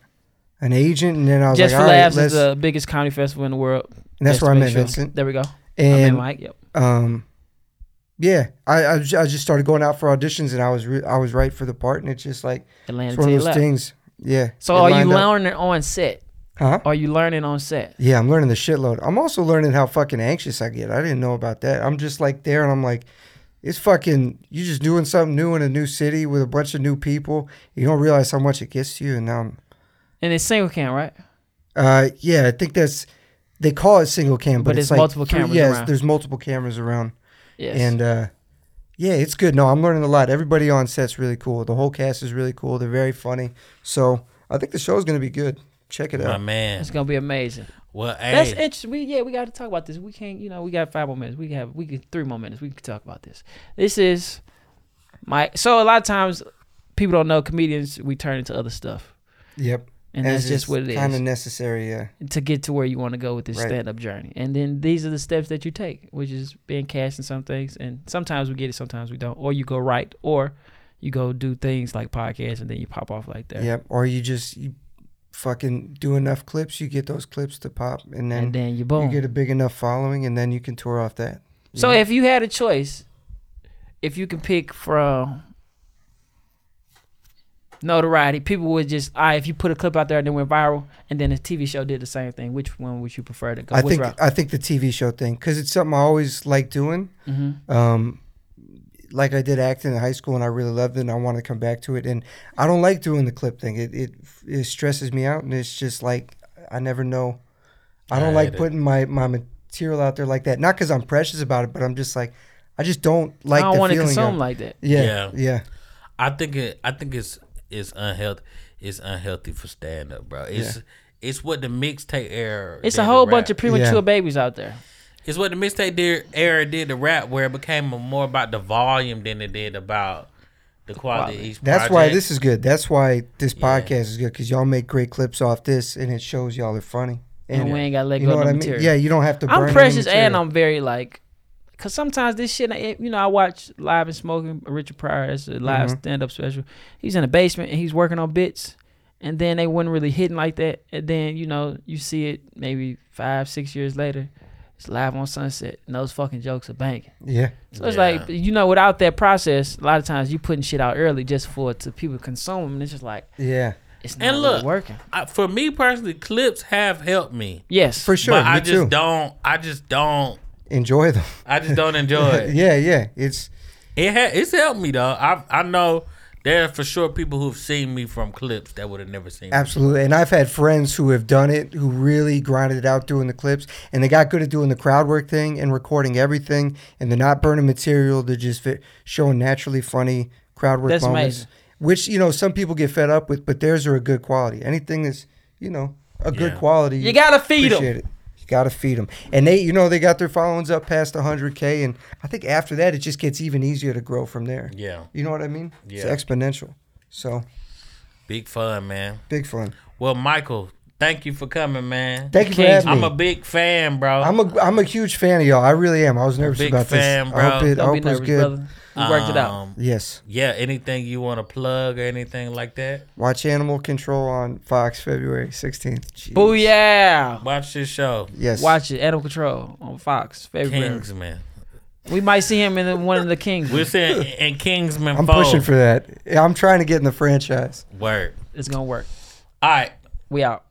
Speaker 4: an agent, and then I was
Speaker 2: Just
Speaker 4: like,
Speaker 2: for
Speaker 4: all right,
Speaker 2: Laughs
Speaker 4: let's.
Speaker 2: is the biggest comedy festival in the world.
Speaker 4: and that's
Speaker 2: Just
Speaker 4: where
Speaker 2: to
Speaker 4: I
Speaker 2: make
Speaker 4: met
Speaker 2: sure.
Speaker 4: Vincent.
Speaker 2: There we go. I mean,
Speaker 4: And
Speaker 2: Mike. Yep.
Speaker 4: um, yeah, I I, ju- I just started going out for auditions, and I was re- I was right for the part, and it's just like
Speaker 2: Atlanta
Speaker 4: it's
Speaker 2: to
Speaker 4: one
Speaker 2: your
Speaker 4: of those
Speaker 2: left.
Speaker 4: things. Yeah.
Speaker 2: So
Speaker 4: it
Speaker 2: are you
Speaker 4: lined up.
Speaker 2: learning on set?
Speaker 4: Huh?
Speaker 2: Are you learning on set?
Speaker 4: Yeah, I'm learning the shitload. I'm also learning how fucking anxious I get. I didn't know about that. I'm just like there and I'm like, it's fucking, you just doing something new in a new city with a bunch of new people. You don't realize how much it gets to you. And now I'm,
Speaker 2: And it's single cam, right?
Speaker 4: uh, yeah, I think that's, they call it single cam, but,
Speaker 2: But
Speaker 4: it's
Speaker 2: there's
Speaker 4: like
Speaker 2: multiple
Speaker 4: three-
Speaker 2: cameras
Speaker 4: yes,
Speaker 2: around.
Speaker 4: there's multiple cameras around.
Speaker 2: Yes.
Speaker 4: And, uh, yeah, it's good. No, I'm learning a lot. Everybody on set's really cool. The whole cast is really cool. They're very funny. So I think the show's going to be good. Check it
Speaker 3: My
Speaker 4: out.
Speaker 3: man.
Speaker 2: it's gonna be amazing.
Speaker 3: Well, hey.
Speaker 2: That's interesting. We yeah, we got to talk about this. We can't, you know, we got five more minutes. We have we can three more minutes. We can talk about this. This is my so a lot of times people don't know comedians. We turn into other stuff.
Speaker 4: Yep.
Speaker 2: and
Speaker 4: As
Speaker 2: that's just what it
Speaker 4: Kind
Speaker 2: is
Speaker 4: of necessary, yeah.
Speaker 2: to get to where you want to go with this
Speaker 4: Right.
Speaker 2: stand up journey. And then these are the steps that you take, which is being cast in some things. And sometimes we get it, sometimes we don't. Or you go right, or you go do things like podcasts and then you pop off like that.
Speaker 4: Yep. Or you just you fucking do enough clips, you get those clips to pop, and then,
Speaker 2: And then you boom.
Speaker 4: you get a big enough following, and then you can tour off that.
Speaker 2: So if you had a choice, if you can pick from notoriety, people would just I if you put a clip out there and it went viral, and then a TV show did the same thing. Which one would you prefer to go?
Speaker 4: I
Speaker 2: Which
Speaker 4: think
Speaker 2: route?
Speaker 4: I think the TV show thing because it's something I always like doing.
Speaker 2: Mhm.
Speaker 4: Um, like I did acting in high school, and I really loved it. and I want to come back to it, and I don't like doing the clip thing. It it, it stresses me out, and it's just like I never know. I don't
Speaker 3: I
Speaker 4: like
Speaker 3: hate it.
Speaker 4: putting my my material out there like that. Not because I'm precious about it, but I'm just like I just don't like.
Speaker 2: I don't
Speaker 4: the
Speaker 2: want to
Speaker 4: feeling
Speaker 2: consume
Speaker 4: of-
Speaker 2: like that.
Speaker 4: Yeah,
Speaker 3: Yeah.
Speaker 4: yeah,
Speaker 3: I think it. I think it's it's unhealthy. It's unhealthy for stand up, bro. It's it's what the mixtape era.
Speaker 2: It's
Speaker 3: did
Speaker 2: a
Speaker 3: to
Speaker 2: whole
Speaker 3: rap.
Speaker 2: bunch of premature
Speaker 4: Yeah.
Speaker 2: babies out there.
Speaker 3: It's what the mixtape did, era did to rap, where it became more about the volume than it did about the quality. Of each
Speaker 4: That's
Speaker 3: project.
Speaker 4: why this is good. That's why this podcast is good because y'all make great clips off this, and it shows y'all are funny.
Speaker 2: And we ain't gotta let go of the material.
Speaker 4: Yeah, you don't have to. Burn
Speaker 2: I'm
Speaker 4: any
Speaker 2: precious and
Speaker 4: material.
Speaker 2: I'm very like, cause sometimes this shit, I- you know, I watch live and smoking Richard Pryor. That's a live
Speaker 4: Mm-hmm.
Speaker 2: stand up special. He's in the basement and he's working on bits, and then they weren't really hitting like that. And then you know you see it maybe five six years later, it's live on Sunset and those fucking jokes are banking.
Speaker 4: yeah.
Speaker 2: So it's
Speaker 3: Yeah.
Speaker 2: like you know without that process, a lot of times you putting shit out early just for it to people to consume, and it's just like
Speaker 4: Yeah,
Speaker 2: it's not
Speaker 3: And
Speaker 2: really
Speaker 3: look.
Speaker 2: working.
Speaker 3: I, for me personally, clips have helped me,
Speaker 2: Yes,
Speaker 4: for sure.
Speaker 3: but I
Speaker 4: me
Speaker 3: just
Speaker 4: too.
Speaker 3: don't. I just don't.
Speaker 4: enjoy them.
Speaker 3: I just don't enjoy it.
Speaker 4: yeah, yeah. It's
Speaker 3: It ha- it's helped me though. I I know there are for sure people who've seen me from clips that would have never seen. me.
Speaker 4: absolutely. And I've had friends who have done it, who really grinded it out doing the clips, and they got good at doing the crowd work thing and recording everything, and they're not burning material. They're just fit, showing naturally funny crowd work
Speaker 2: That's
Speaker 4: moments,
Speaker 2: amazing.
Speaker 4: which you know some people get fed up with, but theirs are a good quality. Anything that's you know a good
Speaker 3: Yeah.
Speaker 4: quality,
Speaker 2: you gotta feed them.
Speaker 4: appreciate it. You gotta feed them, and they, you know, they got their followings up past 100k, and I think after that it just gets even easier to grow from there.
Speaker 3: Yeah,
Speaker 4: You know what I mean?
Speaker 3: Yeah.
Speaker 4: It's exponential. So
Speaker 3: big fun, man.
Speaker 4: big fun.
Speaker 3: Well, Michael, thank you for coming, man.
Speaker 4: Thank you for
Speaker 2: Kings,
Speaker 4: having
Speaker 3: I'm
Speaker 4: me.
Speaker 3: a big fan, bro.
Speaker 4: I'm a I'm a huge fan of y'all. I really am. I was nervous
Speaker 3: big
Speaker 4: about
Speaker 3: fan,
Speaker 4: this.
Speaker 3: bro.
Speaker 4: I hope it, I
Speaker 2: Don't be
Speaker 4: hope it's
Speaker 2: nervous,
Speaker 4: good.
Speaker 2: brother. You worked it out.
Speaker 3: Um,
Speaker 4: Yes.
Speaker 3: Yeah, anything you want to plug or anything like that?
Speaker 4: Watch Animal Control on Fox February 16th. Jeez.
Speaker 2: Booyah!
Speaker 3: Watch this show,
Speaker 4: Yes.
Speaker 2: Watch it, Animal Control on Fox. February.
Speaker 3: Kingsman.
Speaker 2: We might see him in the- one of the Kings.
Speaker 3: We're saying and Kingsman.
Speaker 4: I'm
Speaker 3: 4.
Speaker 4: pushing for that. I'm trying to get in the franchise.
Speaker 3: word.
Speaker 2: It's gonna work.
Speaker 3: All right.
Speaker 2: We out.